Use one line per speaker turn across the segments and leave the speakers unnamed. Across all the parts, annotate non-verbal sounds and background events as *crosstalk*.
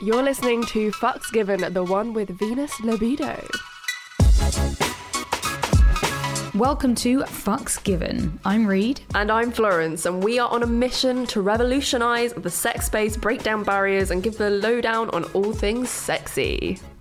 You're listening to Fucks Given, the one with Venus Libido.
Welcome to Fucks Given. I'm Reed.
And I'm Florence, and we are on a mission to revolutionise the sex space, break down barriers, and give the lowdown on all things sexy.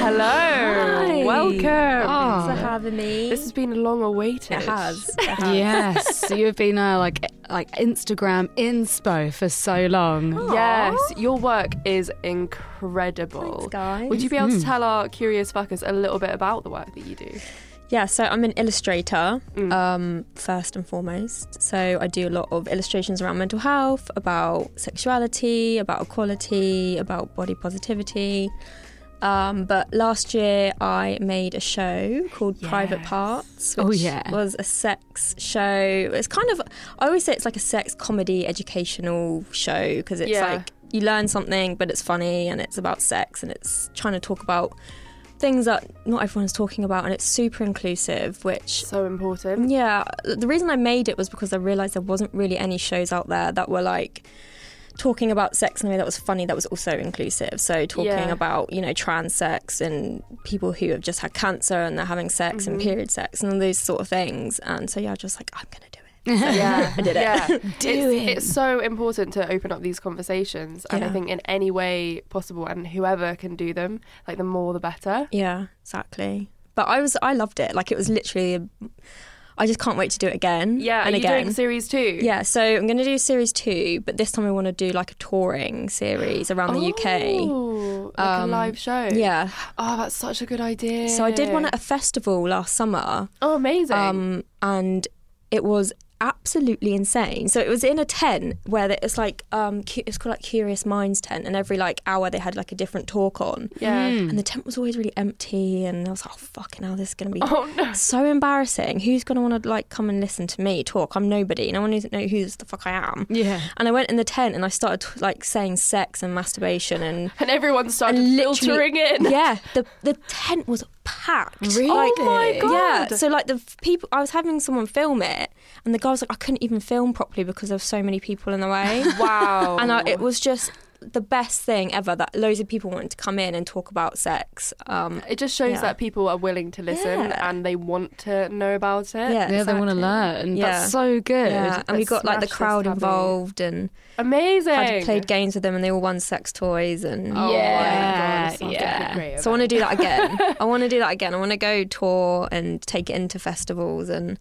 Hello. Welcome.
for having me.
This has been long awaited.
it has.
Yes,
*laughs*
so you've been a like like Instagram inspo for so long.
Yes, your work is incredible.
Thanks, guys.
Would you be able to tell our curious fuckers a little bit about the work that you do?
Yeah, so I'm an illustrator um, first and foremost. So I do a lot of illustrations around mental health, about sexuality, about equality, about body positivity. Um, but last year I made a show called Private Parts, which
Oh, yeah.
was a sex show. It's kind of I always say it's like a sex comedy educational show because it's
Yeah.
like you learn something, but it's funny and it's about sex and it's trying to talk about things that not everyone's talking about and it's super inclusive which
So important.
yeah the reason i made it was because i realized there wasn't really any shows out there that were like talking about sex in a way that was funny that was also inclusive so talking
Yeah.
about you know trans sex and people who have just had cancer and they're having sex
Mm-hmm.
and period sex and all those sort of things and so yeah i was just like i'm gonna do it *laughs*
Yeah, I
did it.
Yeah. Do it's, it's so important to open up these conversations, and I
Yeah.
think in any way possible, and whoever can do them, like the more the better.
yeah exactly but i was i loved it like it was literally i just can't wait to do it again
Yeah,
Mm-hmm. and
are you
again
doing series two?
Yeah, so I'm going to do series two, but this time I want to do like a touring series around the UK.
Ooh, Oh, like
Um,
a live show.
Yeah.
Oh, that's such a good idea.
So I did one at a festival last summer,
Oh, amazing.
um, and it was absolutely insane. So it was in a tent where it was like um, cu- it's called like Curious Minds tent, and every like hour they had like a different talk on.
yeah.
Mm.
And the tent was always really empty, and I was like, oh, fucking hell, this is going to be
*laughs* Oh no.
so embarrassing. Who's going to want to like come and listen to me talk? I'm nobody. No one knows know who the fuck I am.
Yeah.
And I went in the tent and I started like saying sex and masturbation and, *laughs*
And everyone started
and
filtering
*laughs*
in.
Yeah, the the tent was packed.
Really?
Like,
Oh my God.
Yeah. So *laughs* like the f- people, I was having someone film it, and the guy was like, I couldn't even film properly because there were so many people in
*laughs*
the way.
Wow.
and I, it was just the best thing ever that loads of people wanted to come in and talk about sex. Um,
It just shows
Yeah.
that people are willing to listen
Yeah.
and they want to know about it.
yeah,
Yeah, they want to
exactly.
learn.
Yeah.
That's so good.
Yeah, and we
Let's
got like the
smash this
crowd
taboo.
involved and
Amazing.
had played games with them, and they all won sex toys and
Oh
Yeah,
my God, this sounds
yeah.
like a great
So I want to
event.
do that again.
*laughs*
I want to do that again. I want to go tour and take it into festivals and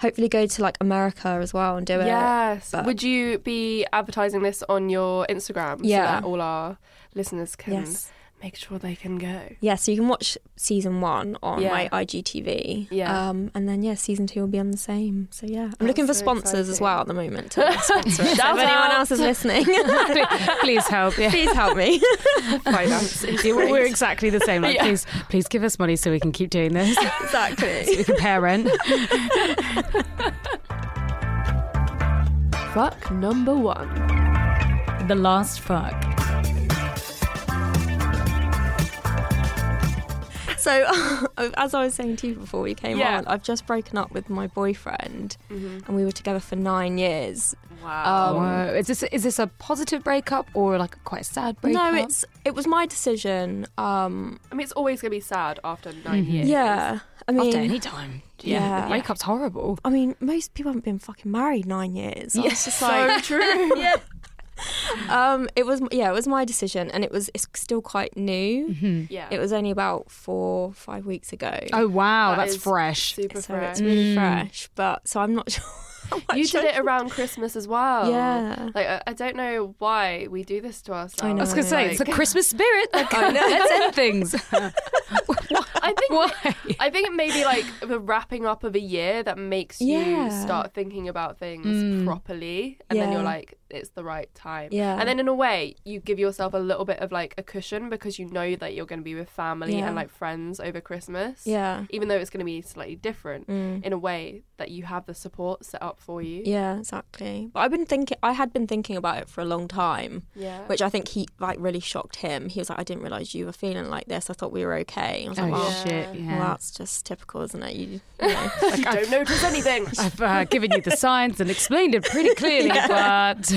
hopefully go to like America as well and do it.
Yes.
but-
Would you be advertising this on your Instagram
Yeah.
so that all our listeners can
Yes.
make sure they can go?
Yeah, so you can watch season one on
Yeah.
my IGTV.
Yeah.
Um, and then, yeah, season two will be on the same. So, yeah. I'm looking for
so
sponsors as
exciting.
well at the moment. *laughs* To sponsor it. So
Shout
if anyone
out.
else
*laughs*
is listening, *laughs*
please help. Yeah.
please help me. *laughs*
Finance. is
Yeah, we're-
great.
We're exactly the same. Like,
Yeah.
please, please give us money so we can keep doing this.
exactly.
we can pay our
*laughs*
rent.
Fuck number one.
The last fuck.
So, *laughs* as I was saying to you before we came
Yeah.
on, I've just broken up with my boyfriend,
Mm-hmm.
and we were together for nine years.
Wow.
Whoa. Uh, Is this is this a positive breakup or like quite a sad breakup?
No, it's it was my decision. Um,
I mean, it's always going to be sad after 9 years.
yeah, I mean,
after any time. Yeah,
Yeah.
the breakup's horrible.
I mean, most people haven't been fucking married nine years. I was just
So *laughs*
like, *laughs*
true. yeah.
um, it was yeah, it was my decision, and it was it's still quite new.
Hmm. Mm-hmm.
It was only about four five weeks ago.
Oh wow,
That
that's
is
fresh.
Super
so
fresh. Mm.
it's really fresh, but so I'm not *laughs* sure. I'm
You
not
did
sure.
it around Christmas as well.
Yeah.
Like I, I don't know why we do this to ourselves.
know.
I was gonna say it's the
Like,
Christmas
*laughs*
spirit. Like, let's end things.
I think
Why?
I think it may be like the wrapping up of a year that makes you
Yeah. Hmm.
start thinking about things properly, and then you're
Yeah.
like, it's the right time.
Yeah.
And then in a way, you give yourself a little bit of like a cushion because you know that you're going to be with family
Yeah.
and like friends over Christmas.
yeah.
Even though it's going to be slightly different
Mm.
in a way that you have the support set up for you.
Yeah, exactly. But I've been thinking, I had been thinking about it for a long time,
Yeah.
which I think he like really shocked him. He was like, I didn't realize you were feeling like this. I thought we were okay. I was
Oh
like, well,
shit!
well,
Yeah,
that's just typical, isn't it? You, you know.
*laughs* you don't notice anything.
*laughs*
I've uh, given you the signs and explained it pretty
*laughs*
clearly, but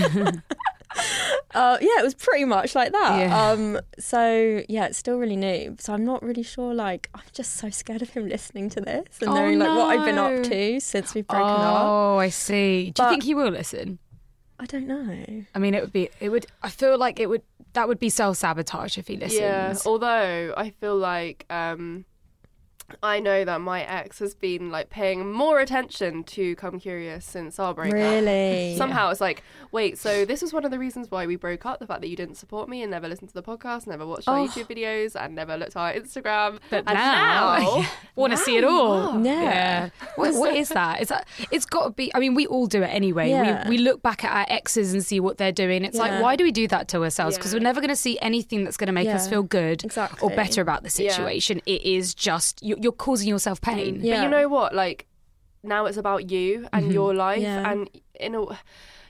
uh, yeah, it was pretty much like that.
Yeah.
Um, so yeah, it's still really new. So I'm not really sure. Like, I'm just so scared of him listening to this and
Oh,
knowing like what I've been
no.
up to since we've broken up.
oh, I see. Do
But-
you think he will listen?
I don't know.
I mean, it would be. It would. I feel like it would. That would be self sabotage if he listens.
Yeah. Although I feel like um, I know that my ex has been like paying more attention to Come Curious since our breakup.
Really?
Somehow it's like, wait, so this was one of the reasons why we broke up the fact that you didn't support me and never listened to the podcast, never watched our
Oh.
YouTube videos, and never looked at our Instagram.
But
and
now- *laughs*
*laughs*
want to see it all.
Yeah.
What, *laughs* what is that? Is that? It's got to be. I mean, we all do it anyway.
Yeah.
We, we look back at our exes and see what they're doing. It's
Yeah.
like, why do we do that to ourselves? Because
Yeah.
we're never going to see anything that's going to make us
Yeah.
feel good
Exactly.
or better about the
Yeah.
situation. It is just you're, you're causing yourself pain.
Yeah. Mm-hmm.
But you know what? Like now it's about you and your life,
Yeah.
and in a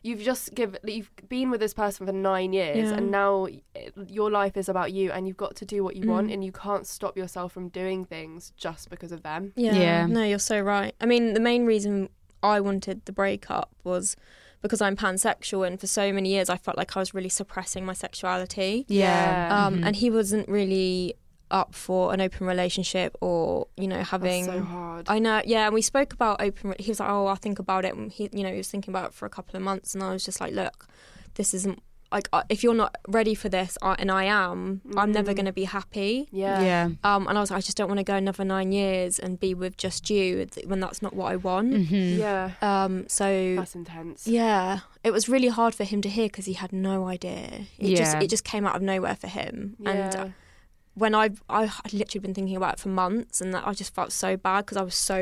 you've just give you've been with this person for nine years,
Yeah.
and now it- your life is about you, and you've got to do what you want,
Mm.
and you can't stop yourself from doing things just because of them.
Yeah.
Yeah.
No, you're so right. I mean, the main reason I wanted the breakup was because I'm pansexual, and for so many years I felt like I was really suppressing my sexuality.
Yeah.
Mm-hmm.
Um, and he wasn't really up for an open relationship or you know having.
That's so hard.
Oh, I know, yeah. And we spoke about open. He was like, "Oh, I'll think about it." And he, you know, he was thinking about it for a couple of months, and I was just like, "Look, this isn't like I- if you're not ready for this, I, and I am, I'm never
Mm.
going to be happy."
yeah.
yeah.
Um, and I was like, "I just don't want to go another nine years and be with just you th- when that's not what I want."
Mm-hmm.
Yeah.
Um, so
Mm. That's intense.
yeah, it was really hard for him to hear because he had no idea. It just
Yeah.
it just came out of nowhere for him, and uh,
Yeah.
when I I had literally been thinking about it for months, and that I just felt so bad because I was so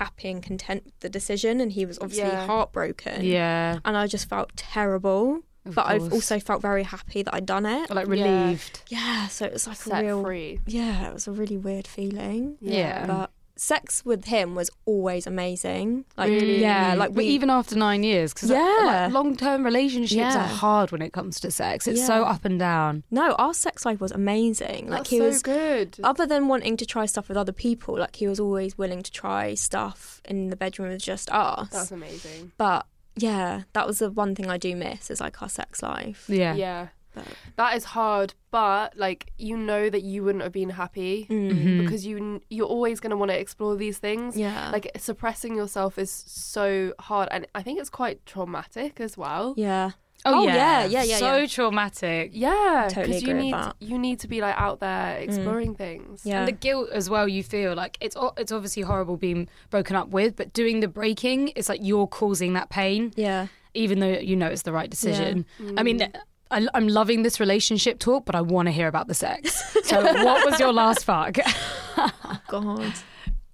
happy and content with the decision, and he was obviously
Yeah.
heartbroken.
Yeah.
and I just felt terrible,
Of
but I've
course.
also felt very happy that I'd done it.
Or, like
Yeah.
relieved.
Yeah, so it was like
Oh. Set
a real
free.
yeah, it was a really weird feeling.
Um,
Yeah.
But sex with him was always amazing. Like
Really?
yeah, like
But
we
even after nine years, because
Yeah.
long-term relationships
Yeah.
are hard when it comes to sex. It's so
Yeah.
up and down.
no, our sex life was amazing. Like
That's
he
so
was
good.
other than wanting to try stuff with other people, like he was always willing to try stuff in the bedroom with just us.
That's amazing.
but yeah, that was the one thing I do miss is like our sex life.
Yeah.
Yeah.
But-
That is hard, but like you know that you wouldn't have been happy because you you're always going to want to explore these things.
Mm-hmm. Yeah.
Like suppressing yourself is so hard and I think it's quite traumatic as well.
Yeah.
Oh,
Oh,
yeah.
yeah, yeah, yeah,
So
yeah.
traumatic.
Yeah,
Totally
you
agree with
need
that.
you need to be like out there exploring things.
Yeah.
And the guilt as well, you feel like it's o- it's obviously horrible being broken up with, but doing the breaking is like you're causing that pain,
yeah.
even though you know it's the right decision. I mean,
Mm.
I, am loving this relationship talk, but I want to hear about the
*laughs*
sex. So, what was your last fuck?
God.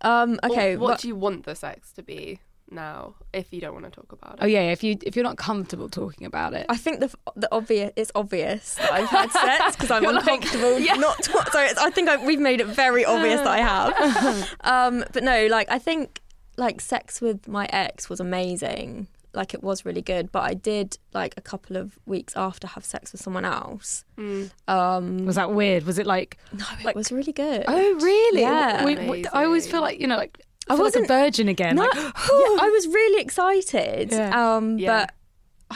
Um,
Or
okay.
what
but-
do you want the sex to be now if you don't want to talk about
Oh
it?
yeah, if you if you're not comfortable talking about it,
I think the the obvious it's obvious that I've had sex because
*laughs*
I'm uncomfortable. Not to, so it's, I think I, we've made it very obvious that I
*laughs*
have. Um, but no, like I think like sex with my ex was amazing. Like it was really good, but I did like a couple of weeks after have sex with someone else.
Mm,
Um,
was that weird? Was it like
no, it
like-
was really good.
oh really?
Yeah.
We- we- I always feel like you know like
I
I, was like a
wasn't-
virgin again.
No,
like, *gasps*
yeah, I was really excited.
Yeah.
Um,
Yeah.
but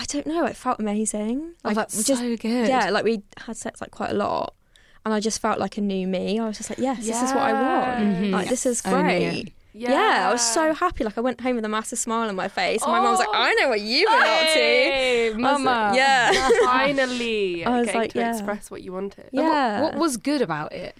I don't know. It felt amazing.
oh,
Like,
that's
just
so *laughs* good.
Yeah, like we had sex like quite a lot. And I just felt like a new me. I was just like, yes, this is what I want.
Yes.
Mm.
Like, this is
Owning it.
great. Yeah. I was so happy. Like, I went home with a massive smile on my face. And my mum was like,
Oh.
I know what you went up
Hey,
to. I was
mama.
like, yeah.
finally
*laughs* I was
getting
like,
to
yeah.
express what you wanted.
But what-
*laughs* yeah.
What, was good about it?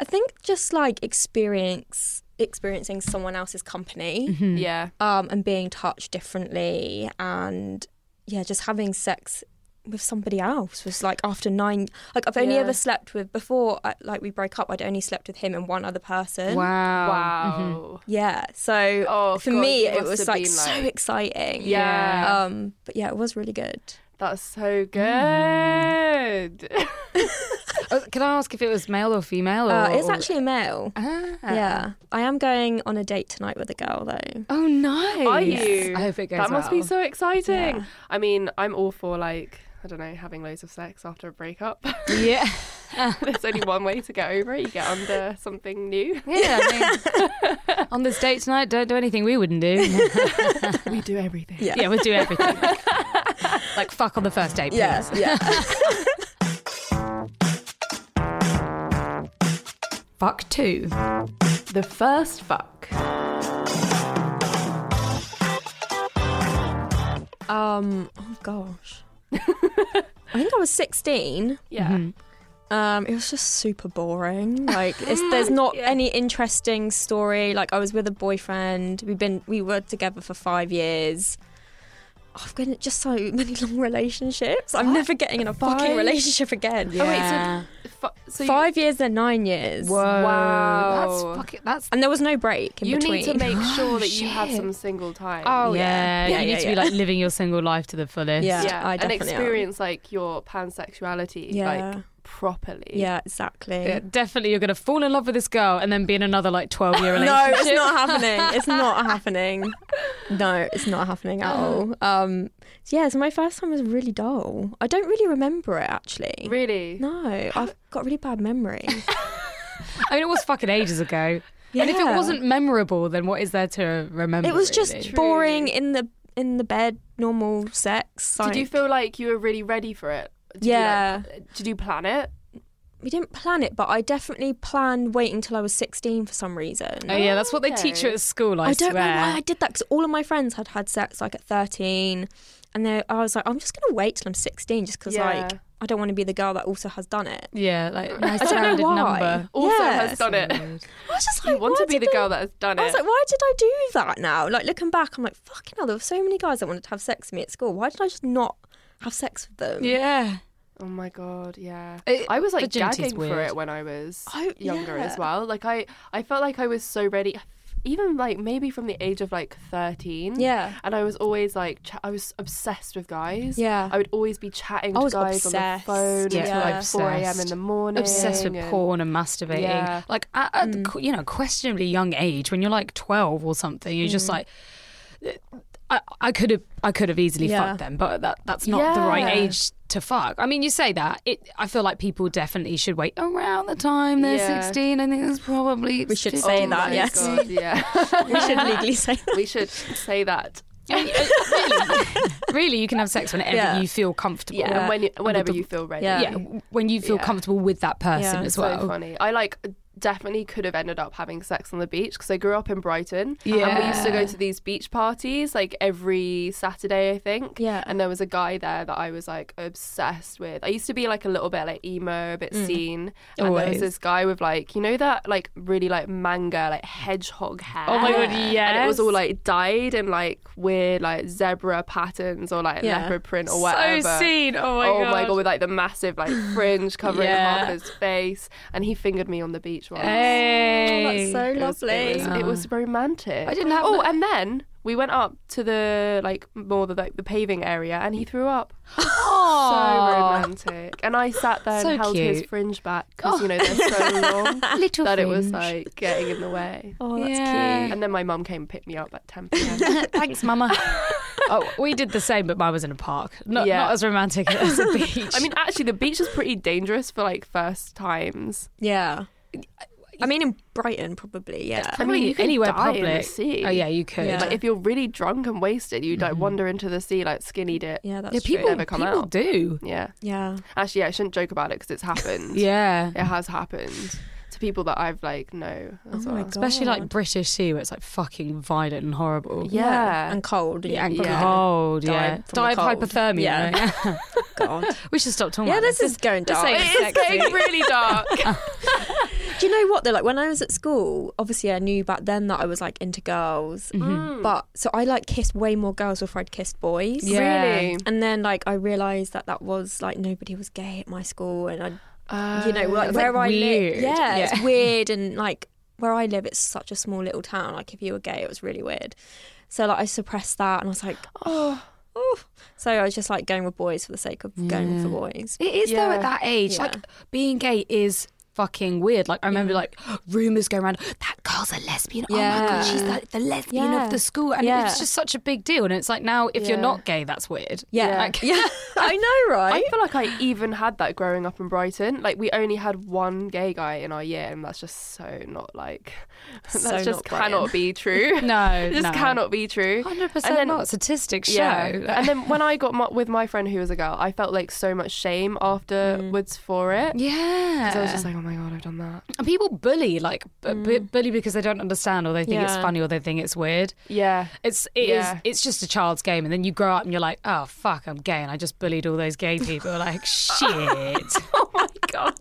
I think just like experience experiencing someone else's company
Yeah.
um, and being touched differently and yeah, just having sex with somebody else was like after nine like i've only
Yeah.
ever slept with before I, like we broke up i'd only slept with him and one other person
Wow.
Wow.
yeah so
Oh,
for
God,
me
you
Um, mm-hmm. it
must
was
have
like,
been,
so
like-
exciting
Yeah.
um but yeah it was really
*laughs*
good
That's so good.
Oh, can I ask if it was male or female? Or,
uh, it's
Oh.
or-
Uh, actually a male
Ah.
Uh-huh.
yeah i am going on a date tonight with a girl though
Oh, nice.
Are you?
I hope it goes
that must be
well.
so exciting.
Yeah.
I mean, I'm all for like I don't know having loads of sex after a breakup. *laughs*
Yeah.
There's only one way to get over it. You get under something new.
Yeah. I mean, *laughs* on this date tonight, don't do anything we wouldn't
*laughs*
do.
we do everything.
Yeah.
yeah, we'll do everything. like fuck on the first date, please.
yeah
Fuck two.
Oh,
The first fuck.
*laughs* um oh gosh
*laughs*
i think i was 16
Yeah.
Um, it was just super
*laughs*
boring. Like, it's, there's not any interesting story. Like, I was with a boyfriend. We've been we were together for five years. Oh, I've been in just so many *laughs* long relationships. I'm never getting in a fucking
Five?
relationship again.
Oh, wait, so- F- so you-
Five years and nine years,
Wow.
That's fucking. That's.
and there was no break in
you
between.
need to make sure that you have some single time.
Oh
yeah,
yeah,
You need to be like living your single life to the fullest.
Yeah. I
and
definitely am.
experience like your pansexuality
*laughs* yeah,
like properly.
yeah, exactly.
Yeah, definitely, you're gonna fall in love with this girl and then be in another like 12 year
*laughs* No,
relationship.
it's not happening.
*laughs*
It's not happening. No, it's not happening
Uh.
at all. Um, so yeah, so my first time was really dull. I don't really remember it actually.
Really?
No, I've got really bad memory.
I mean, it was fucking ages ago. And if it
Yeah.
wasn't memorable, then what is there to remember?
it was just
really?
boring in the in the bed, normal sex.
Did you
like-
feel like you were really ready for it? Did
yeah,
You, like, did you plan it?
we didn't plan it, but I definitely planned waiting till I was sixteen for some reason.
Oh yeah, that's what they teach you at school. I,
I don't
swear.
know why I did that because all of my friends had had sex like at 13, and they, I was like, I'm just gonna wait till I'm 16 just because
Yeah.
like I don't want to be the girl that also has done it.
Yeah, *laughs* like nice
I don't know
rounded
why.
number.
Also
Yeah.
has done it.
*laughs* I was just like,
You want
why
to be
did
the girl that has done
I, I was
it.
like, why did I do that now? Like looking back, I'm like, fucking hell, there were so many guys that wanted to have sex with me at school. Why did I just not have sex with them?
Yeah.
Oh my god, yeah.
It-
I was like
virginity's
gagging for
weird.
it when I was
Oh,
younger
yeah.
as well. Like I, I felt like I was so ready, even like maybe from the age of like thirteen.
Yeah.
And I was always like, ch- I was obsessed with guys.
Yeah.
I would always be chatting
I
to
was
guys
obsessed.
on the phone
Yeah.
until like four a.m. in
Obsessed.
the morning.
Obsessed with
and-
porn and masturbating.
Yeah. Mm.
Like at, at the qu- you know questionably young age, when you're like 12 or something, you're just
Mm.
like. I, I could have I could have easily
Yeah.
fucked them, but that that's not the
Yeah.
right age to fuck. I mean, you say that. It I feel like people definitely should wait around the time they're
Yeah.
16. I think that's
*laughs*
probably
We should
it's
say
Oh
that,
my
yes.
God,
*laughs*
yeah.
We should legally say
*laughs*
that.
we should say that.
And, uh, really, *laughs* really, you can have sex whenever
Yeah.
you feel comfortable.
Yeah. And when you, whenever
the-
you feel ready.
yeah.
Yeah, w- when you feel
Yeah.
comfortable with that person
Yeah,
as
so
well.
funny. I like definitely could have ended up having sex on the beach because I grew up in Brighton. And we
Yeah.
used to go to these beach parties like every Saturday, I think.
Yeah.
And there was a guy there that I was like obsessed with. I used to be like a little bit like emo, a bit seen. And there was
Mm. Always.
this guy with like, you know, that like really like manga, like hedgehog hair.
Oh my god, yeah.
And it was all like dyed in like weird like zebra patterns or like
Yeah.
leopard print or
so
whatever
seen. Oh my
oh
god.
my god, with like the massive
*laughs*
like fringe covering
Yeah. Eh,
half his face, and he fingered me on the beach once.
Hey.
Oh, so
It was- It was,
lovely.
it was romantic.
Oh. I didn't have
Oh,
that-
and then we went up to the like more the like the paving area, and he threw
*gasps*
up.
Aw.
So romantic. And I sat there
So
and held his
cute.
fringe back because you know they're
*laughs*
so long
little
that it was
fringe.
like getting in the
*laughs*
way.
Oh, that's
Yeah.
And then my mum came and picked me up at 10 p.m.
*laughs* Thanks, Mama. oh, we did the same, but mine was in a park. Not,
Yeah.
not as romantic as a beach.
I mean, actually, the beach is pretty dangerous for like first times.
cute. Yeah. I mean, in Brighton, probably, yeah.
I mean, you could
anywhere
die in
public.
the sea.
Oh yeah, you could.
Yeah. Mm-hmm.
Like if you're really drunk and wasted, you'd like wander into the sea like skinny dip.
Yeah, that's
Yeah,
true.
people
Never come
people
out.
do.
Yeah.
Yeah.
Actually, yeah, I shouldn't joke about it because it's
*laughs*
happened.
Yeah.
It has happened to people that I've like know as
Oh my
well.
God.
Especially like British sea, where it's like fucking violent and horrible.
Yeah.
And cold.
Yeah, and
Yeah.
cold.
Dive
Yeah,
from the
dive
cold.
hypothermia.
Yeah.
right?
God.
*laughs*
*laughs*
we should stop talking.
Yeah,
*laughs*
about
this is going dark.
It
*laughs*
is
It's getting really dark.
Do you know what though? Like when I was at school, obviously I knew back then that I was like into girls, Mm-hmm.
Mm-hmm.
Mm. Hmm.
but so I like kissed way more girls before I'd kissed boys.
Yeah.
Really?
And then like I realised that that was like nobody was gay at my school, and I,
Uh,
you
Oh.
know, like
it's,
where I
like, weird.
live, yeah, it's
*laughs*
Yeah.
weird, and like where I live, it's such a small little town. Like if you were gay, it was really weird. So like I suppressed that, and I was like, oh. oh. So I was just like going with boys for the sake of going for
*laughs*
boys.
It is though
Yeah. Mm.
at that age.
Yeah.
Like being gay is fucking weird. Like I remember like rumors going around that girl's a lesbian. Oh my
Yeah.
god, she's the, the lesbian
Yeah.
of the school, and
Yeah.
it's just such a big deal. And it's like now if you're not gay, that's weird.
Yeah,
Like,
yeah. I know,
I
right?
feel like I even had that growing up in Brighton. Like we only had one gay guy in our year, and that's just so not like *laughs* that
So
just
not Brighton.
cannot be
*laughs*
true.
No,
*laughs* It just
no.
cannot be true.
Hundred
And
percent
then-
not statistics show.
Yeah. and then when I got my, with my friend who was a girl, I felt like so much shame
Mm.
afterwards for it.
*laughs* yeah,
'Cause I was just like, Mm. oh my god, I've done that.
and people bully like bu- bu- bully because they don't understand or they think it's
Yeah.
funny or they think it's weird.
Yeah.
It's it is
Yeah.
it's just a child's game, and then you grow up and you're like, oh fuck, I'm gay, and I just bullied all those gay people. Like *laughs* shit.
*laughs* oh my god.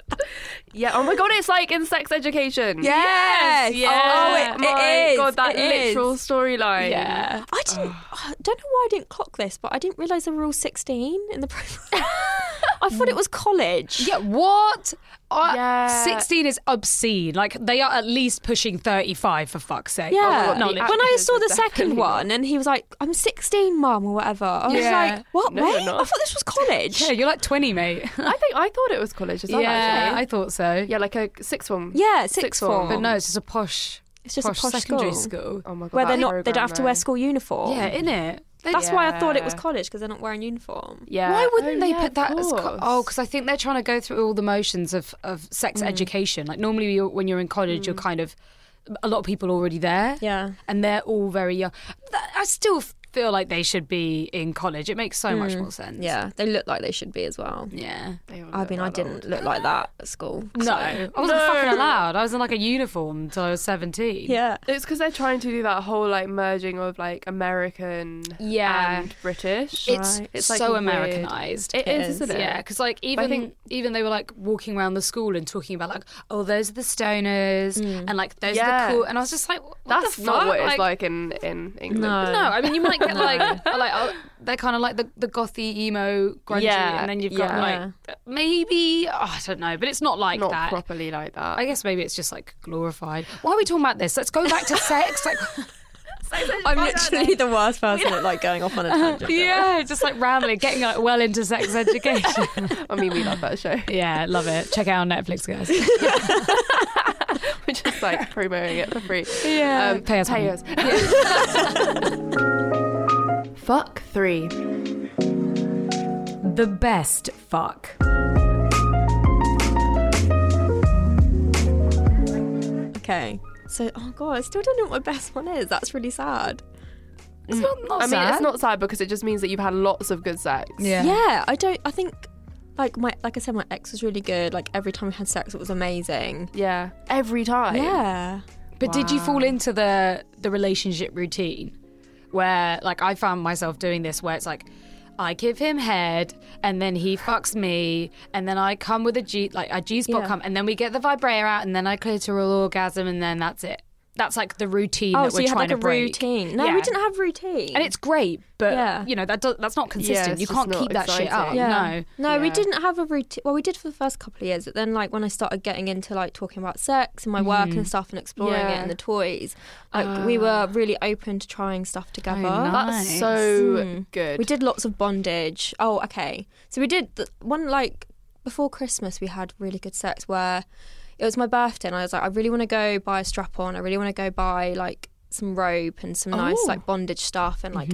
Yeah. Oh my god, it's like in sex education.
Yes.
Yeah.
Oh, it-
my
it is.
god, that
It is.
literal storyline.
yeah.
I didn't. I don't know why I didn't clock this, but I didn't realize they were all sixteen in the *laughs* program. I thought it was college.
Yeah, what? Uh,
Yeah.
16 is obscene. Like, they are at least pushing 35, for fuck's sake.
Yeah.
Not
the
when
literally.
I
activism
saw the
is
second
definitely-
one, and he was like, "I'm 16, mum," or whatever. I was
Yeah.
like, "What?
No,
Wait,
you're not.
I thought this was college."
Yeah, you're like 20, mate. *laughs*
I think I thought it was college as well.
yeah,
actually.
I thought so.
yeah, like a sixth form.
Yeah, sixth
Sixth form.
form.
But no, it's just a posh,
it's just a
posh
posh
secondary
school,
school.
Oh my god.
where
that
they're not. They
programme,
don't have to
though.
wear school uniform.
Yeah, innit? They-
That's why I thought it was
Yeah.
college because they're not wearing uniform.
Yeah.
Why wouldn't
Oh,
they
yeah,
put that
of
as co-
course.
oh? Because I think they're trying to go through all the motions of of sex education. Like normally, you're, when you're in college, you're kind of a lot of people already there.
Yeah.
and they're all very young. Th- I still feel like they should be in college. It makes so much more sense.
Yeah, they look like they should be as well.
yeah.
They all
I
look
mean, I
that old.
didn't look like that at school.
No,
so-
I wasn't fucking allowed. I was in like a uniform until I was seventeen.
Yeah.
It's because they're trying to do that whole like merging of like American
Yeah.
and British.
It's
Right.
so
weird.
Americanized.
It is,
is.
isn't it?
Yeah, because like even
I think-
even they were like walking around the school and talking about like, oh, those are the stoners, and like those are
Mm. Yeah.
the cool. And I was just like, what
That's
the
not
fuck?
what it's like in in England.
No, I mean you might
*laughs*
get like like oh, they're kind of like the, the gothy emo grungy,
Yeah,
and then you've got
yeah.
like maybe oh, I don't know, but it's not like
Not
that.
properly like that.
I guess maybe it's just like glorified. Why are we talking about this? Let's go back to sex. Like,
I'm literally the *laughs* worst person at like going off on a tangent.
yeah, *laughs* just like rambling, getting like well into sex education.
I mean, we love that show.
*laughs*
*laughs*
yeah, love it. Check out on Netflix, guys.
We're just
*laughs*
like promoting it for free. Um,
Yeah, Uh, Um, pay us. money.
*laughs*
Fuck three.
The best fuck.
Okay. So, oh god, I still don't know what my best one is. That's really sad.
It's not, not
I mean,
sad.
it's not sad because it just means that you've had lots of good sex.
Yeah.
Yeah, I don't. I think, like my, like I said, my ex was really good. Like every time we had sex, it was amazing.
Yeah. Every time.
Yeah.
But did you fall into the the relationship routine where like I found myself doing this where it's like I give him head and then he fucks me and then I come with a G like a G spot
Yeah.
come and then we get the vibrator out and then I clitoral orgasm and then that's it. That's like the routine
Oh,
that
so
we're
you had
trying
like
to
a
break.
routine? No,
Yeah.
we didn't have routine.
And it's great, but
Yeah.
you know that does, that's not consistent.
it's
you
just
can't
not
keep that shit up.
exciting.
No.
No, we
Yeah.
didn't have a routine. Well, we did for the first couple of years, but then like when I started getting into like talking about sex and my work and stuff and exploring it
Yeah.
and the toys, like we were really open to trying stuff together.
nice.
That's
Hmm.
so
Mm.
good.
We did lots of bondage. Oh, okay. So we did th- one like before Christmas. We had really good sex where it was my birthday, and I was like, I really want to go buy a strap on. I really want to go buy like some rope and some nice like bondage stuff and like.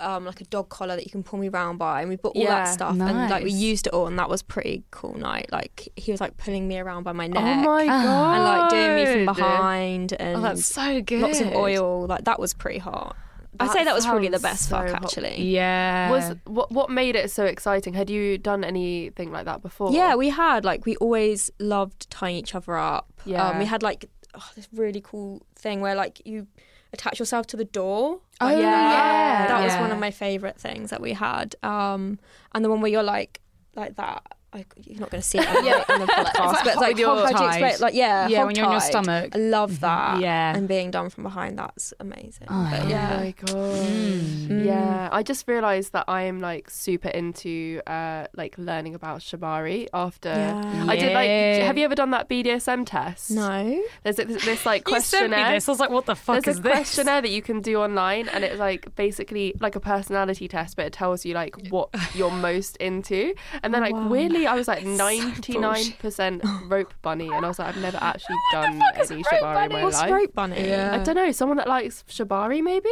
Um, like a dog collar that you can pull me round by, and we bought all
Yeah,
that stuff, and like we
nice.
used it all, and that was pretty cool night. Like he was like pulling me around by my neck,
Oh my god.
and like doing me from behind, and
Oh, that's so good.
lots of oil. Like that was pretty hot. I say
That
that was probably the
sounds
best
so
fuck
hot.
actually.
Yeah.
Was what what made it so exciting? Had you done anything like that before?
Yeah, we had like we always loved tying each other up.
Yeah.
um, we had like oh, this really cool thing where like you attach yourself to the door.
Oh,
Like,
yeah.
that was
Yeah.
one of my favorite things that we had. Um, and the one where you're like like that. I, you're not going to see it on, the, on the podcast,
like
but *laughs* it's like
with your
hog tied.
tide.
Explain, like yeah,
Yeah,
hog
when you're on your
tied.
stomach.
I love that.
Yeah.
and being done from behind, that's amazing.
Oh,
Oh
But
yeah.
yeah, Mm.
my god. Yeah, I just realized that I am like super into uh like learning about shibari after
Yeah.
I did like
Yeah.
have you ever done that BDSM test?
no,
There's this, this
*laughs*
like
You sent me
questionnaire.
this. I was like, what the fuck
There's
is
a
this?
questionnaire that you can do online, and it's like basically like a personality test, but it tells you like what you're most into. And then like weirdly, I was like ninety nine percent rope bunny, and I was like, I've never actually done any shibari in my
what's
life.
rope bunny?
Yeah.
I don't know, someone that likes shibari maybe.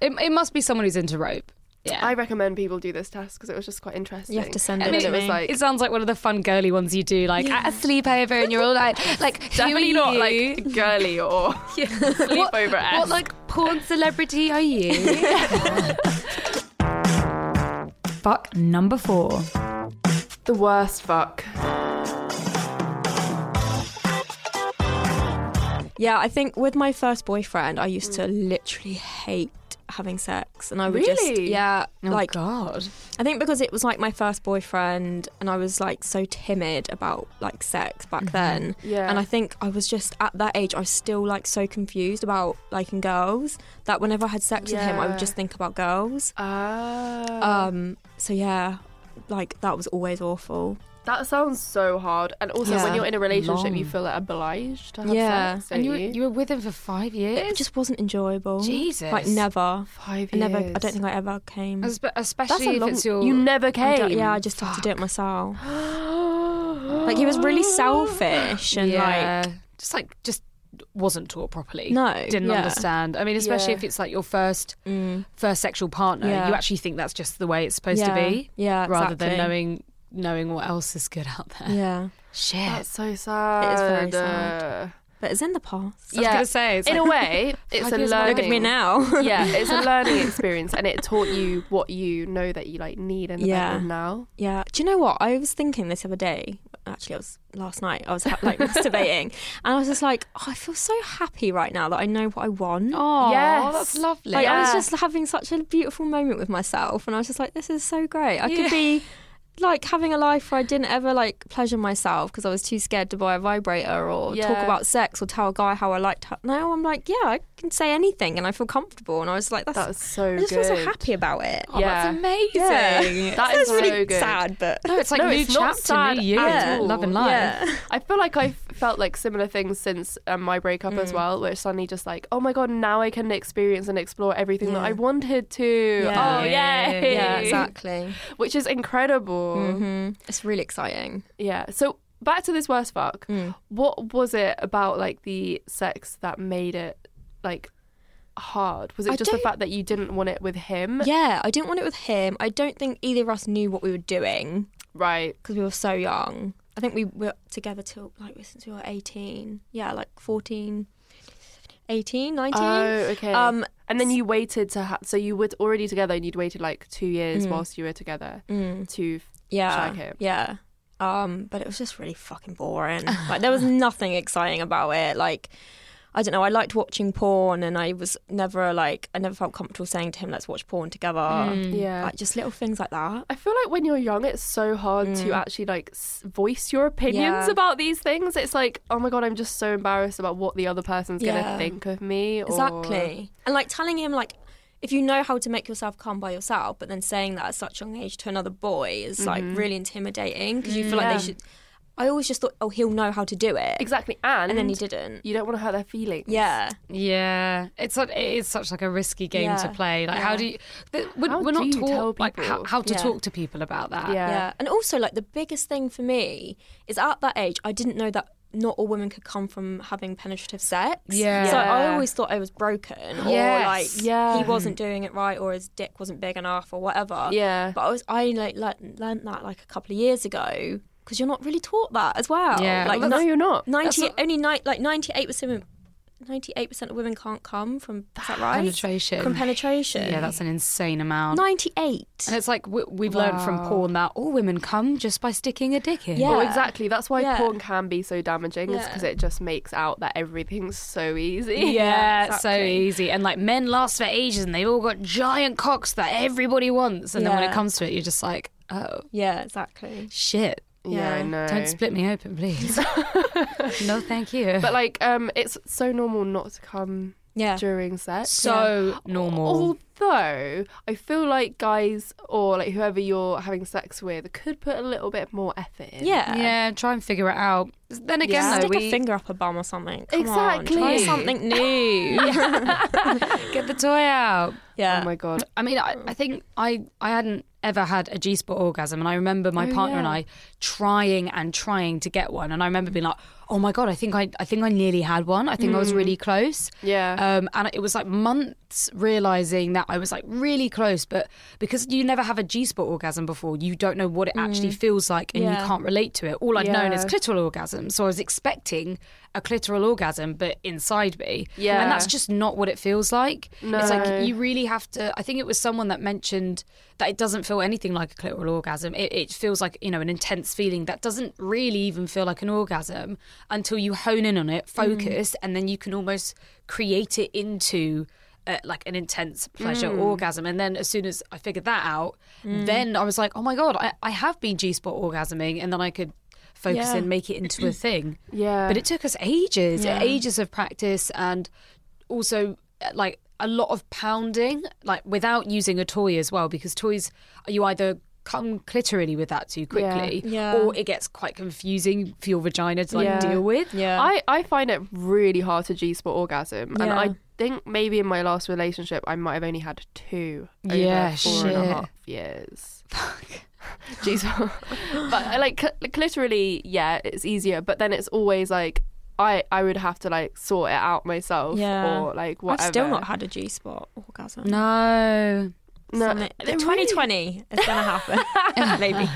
It, it must be someone who's into rope. Yeah.
I recommend people do this test because it was just quite interesting.
You have to send
I
it.
mean,
to
it
was
me.
like-
it sounds like one of the fun girly ones you do, like at a sleepover, and you're all *laughs* like, like who
Definitely
are
not
you?
like girly or *laughs*
what,
sleepover
what
esque.
like porn celebrity are *laughs* you?
Fuck number four.
The worst fuck.
Yeah, I think with my first boyfriend, I used to
Mm.
literally hate having sex, and I would just
Really?
yeah, like
Oh God,
I think because it was like my first boyfriend, and I was like so timid about like sex back then.
Yeah.
And I think I was just at that age, I was still like so confused about liking girls that whenever I had sex with him, I
Yeah.
would just think about girls.
Ah,
Um. So yeah, like that was always awful.
that sounds so hard. And also,
Yeah.
when you're in a relationship, you
Long.
feel like obliged to have
Yeah.
sex.
and
don't
you were, you were with him for five years.
It just wasn't enjoyable.
Jesus,
Like never.
five
I
years.
never. I don't think I ever came.
Espe-
That's a
especially if
long-
it's your.
you never
I
came.
don't- yeah, I just had to do it myself.
*gasps*
Like he was really selfish and
Oh. yeah, just like just wasn't taught properly.
like no,
didn't
yeah.
understand. I mean, especially
Yeah.
if it's like your first
Mm.
first sexual partner,
Yeah.
you actually think that's just the way it's supposed
yeah.
to be,
Yeah,
rather than
exactly.
knowing knowing what else is good out there.
Yeah,
Shit.
That's so sad.
very sad.
Uh,
but it's in the past.
I was
yeah.
gonna say
*laughs*
it's
In a
like-
way, it's a
years old.
learning.
Look at me now. *laughs*
*laughs*
yeah, it's a learning experience, and it taught you what you know that you like need in the
Yeah.
bedroom now.
Yeah. Do you know what? I was thinking this other day. Actually, it was last night. I was ha-
*laughs*
like masturbating, and I was just like, oh, I feel so happy right now that I know what I want.
Oh,
Yes.
that's lovely.
like I was
yeah.
just having such a beautiful moment with myself, and I was just like, this is so great. I could be like having a life where I didn't ever like pleasure myself because I was too scared to buy a vibrator or talk
Yeah.
about sex or tell a guy how I liked her. Now I'm like, yeah, I can say anything, and I feel comfortable, and I was like, that's.
That's so
I just
good.
feel so happy about it.
Oh,
yeah.
that's amazing.
Yeah.
That
That's
is so
really
good.
sad, but *laughs*
No, it's like
No,
new
it's not
chapter,
sad
new year,
at all.
love and life.
yeah.
I feel like I've felt like similar things since um, my breakup
Mm.
as well, where it's suddenly just like, oh my god, now I can experience and explore everything that
Yeah.
I wanted to.
Yeah.
Oh
Yeah.
yay!
Yeah, Mm-hmm. exactly.
Which is incredible.
It's really exciting.
Yeah. So back to this worst fuck.
Mm.
What was it about like the sex that made it like hard? Was it
I
just the
don't-
fact that you didn't want it with him?
Yeah, I didn't want it with him. I don't think either of us knew what we were doing
Right.
because we were so young. I think we were together till like since we were 18. Yeah, like 14, 18, 19.
Oh, okay.
Um,
and then you waited to ha- so you were already together and you'd waited like two years
Mm.
whilst you were together to
yeah.
Shag him.
Yeah. Um, but it was just really fucking boring. *laughs* like there was nothing exciting about it. Like I don't know, I liked watching porn and I was never like I never felt comfortable saying to him, let's watch porn together.
yeah.
Like just little things like that.
I feel like when you're young, it's so hard to actually like s- voice your opinions
Mm. Yeah.
about these things. It's like, oh my god, I'm just so embarrassed about what the other person's
Yeah.
gonna think of me. Or...
Exactly. And like telling him like if you know how to make yourself calm by yourself, but then saying that at such a young age to another boy is like really intimidating because you feel like
Mm-hmm. Mm, Yeah.
they should. I always just thought, oh, he'll know how to do it,
Exactly. And,
and then he didn't.
You don't want to hurt their feelings.
Yeah,
Yeah, it's such, it is such like a risky game to
Yeah.
play. Like, how do you? Th- we're,
How
we're not
do you
taught
tell
like how,
people?
how to
Yeah.
talk to people about that.
Yeah.
yeah, And also, like the biggest thing for me is at that age, I didn't know that not all women could come from having penetrative sex.
Yeah.
So
Yeah.
I always thought I was broken, or like
Yes.
Yeah.
he wasn't doing it right, or his dick wasn't big enough, or whatever.
Yeah.
But I was I like, learnt learned that like a couple of years ago because you're not really taught that as well.
Yeah.
Like
But no,
ni-
you're not.
ninety only ni- like ninety eight percent ninety eight percent of women can't come from is that right
Penetration.
from penetration.
yeah, that's an insane amount.
ninety eight.
And it's like we, we've learned from porn that all women come just by sticking a dick in.
Yeah.
Well, exactly. That's why
Yeah.
porn can be so damaging, is because it just makes out that everything's so easy.
*laughs* Yeah,
Yeah,
so
exactly.
easy. And like men last for ages and they've all got giant cocks that everybody wants. And then when it
Yeah.
comes to it, you're just like, Oh,
Yeah, exactly.
shit.
Yeah.
I know.
Don't split me open, *laughs* please. no, thank you.
But like, um, it's so normal not to come
Yeah.
during sex.
so normal.
Although I feel like guys or like whoever you're having sex with could put a little bit more effort in.
Yeah.
yeah, try and figure it out. Then again,
Just
though,
stick
we
a finger up a bum or something. Come
Exactly.
On, try something new.
get the toy out.
*laughs* yeah.
Oh my god.
I mean, I, I think I, I hadn't ever had a G spot orgasm, and I remember my partner and I trying and trying to get one, and I remember being like, "Oh my god, I think I, I think I nearly had one. I think I was really close."
Yeah.
Um, and it was like months realizing that I was like really close, but because you never have a G spot orgasm before, you don't know what it actually feels like and
Yeah.
you can't relate to it. All I'd known is
Yeah.
clitoral orgasm. So I was expecting a clitoral orgasm, but inside me.
Yeah.
And that's just not what it feels like. It's
No.
like you really have to. I think it was someone that mentioned that it doesn't feel anything like a clitoral orgasm. It, it feels like, you know, an intense feeling that doesn't really even feel like an orgasm until you hone in
Mm.
on it, focus, and then you can almost create it into. Uh, like an intense pleasure
Mm.
orgasm. And then as soon as I figured that out, then I was like, oh my God, I, I have been G spot orgasming. And then I could focus
Yeah.
and make it into a thing.
yeah.
But it took us ages, ages of practice, and also uh, like a lot of pounding, like without using a toy as well, because toys you either come clitorally with that too quickly,
Yeah.
or it gets quite confusing for your vagina to like
Yeah.
deal with.
Yeah.
I, I find it really hard to G spot orgasm. And
Yeah.
I think maybe in my last relationship, I might have only had two over
Yeah,
four and a
shit.
half years. *laughs* G spot. but I like, cl- like, literally, yeah, it's easier. But then it's always like, I, I would have to like sort it out myself
Yeah.
or like whatever.
I've still not had a G spot orgasm.
No,
No,
Something-
it really-
2020 is gonna happen. *laughs* Maybe.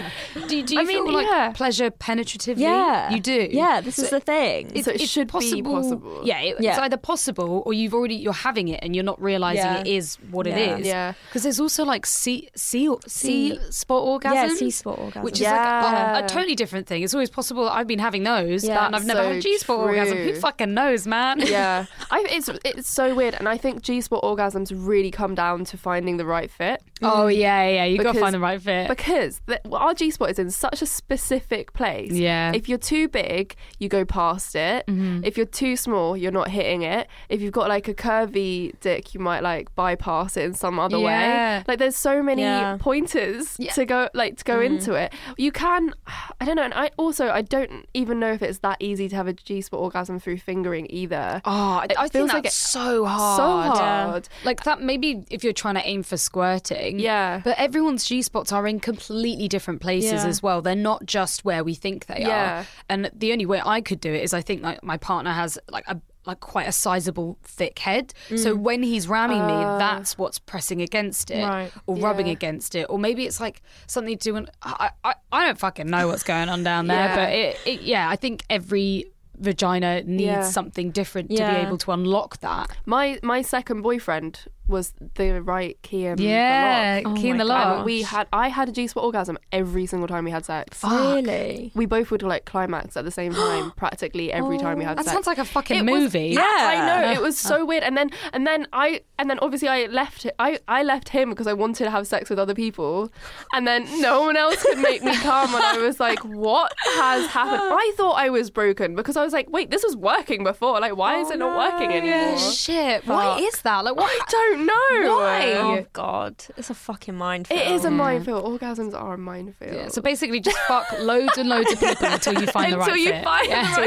do, do you
I
feel
mean,
like
yeah.
pleasure penetratively?
Yeah.
you do.
Yeah, this is the thing.
So it should be possible.
Yeah, it-
Yeah.
it's either possible or you've already you're having it and you're not realizing
Yeah.
it is what
Yeah.
it is.
Yeah.
because there's also like sea sea sea spot orgasms.
yeah, C spot orgasm.
Which is
Yeah.
like a, a totally different thing. It's always possible. I've been having those,
Yeah.
but- and I've never
So
had G spot orgasm.
true.
Who fucking knows, man?
yeah, I, it's it's so weird, and I think G spot orgasms really come down to finding the right fit.
Oh yeah, yeah. You gotta
Because-
find the right fit.
because the, well, our G spot is in such a specific place.
Yeah. Mm-hmm.
If you're too big, you go past it. If you're too small, you're not hitting it. If you've got like a curvy dick, you might like bypass it in some other
Yeah.
way. Like there's so many
Yeah.
pointers to go like to go
Mm-hmm.
into it. You can *sighs* I don't know, and I also I don't even know if it's that easy to have a G spot orgasm through fingering either.
oh, I, I
feels
think that's
like it-
so hard.
so hard.
Like that, maybe if you're trying to aim for squirting.
Yeah.
But everyone's G spots are in completely different places
Yeah.
as well. They're not just where we think they
Yeah.
are. And the only way I could do it is I think like my partner has like a like quite a sizable thick head.
Mm.
So when he's ramming me, that's what's pressing against it
Right.
or rubbing
Ah. Yeah.
against it. Or maybe it's like something to do and I, I, I don't fucking know what's going on down there.
Yeah.
But it, it yeah, I think every vagina needs
Yeah.
something different to
Yeah.
be able to unlock that.
My my second boyfriend was the right key in the
Yeah,
lock.
key in
my
the
God.
lock.
And Um, we had I had a G spot orgasm every single time we had sex.
Oh.
really?
We both would like climax at the same
*gasps*
time practically every time we had
Oh, That
sex.
sounds like a fucking
was-
movie.
Yeah, I know. It
*laughs*
was so weird. And then and then I and then obviously I left it- I I left him because I wanted to have sex with other people. And then no one else could make me calm and I was like, what has
*laughs*
happened? I thought I was broken because I was like, wait, this was working before. Like why
Oh,
is it not working anymore?
Shit. Why is that? Like,
I *laughs*
what?
don't know.
Oh god, it's a fucking minefield.
It is a minefield. Orgasms are a minefield.
Um, Yeah, so basically, just fuck loads and loads of people until you find the right
Until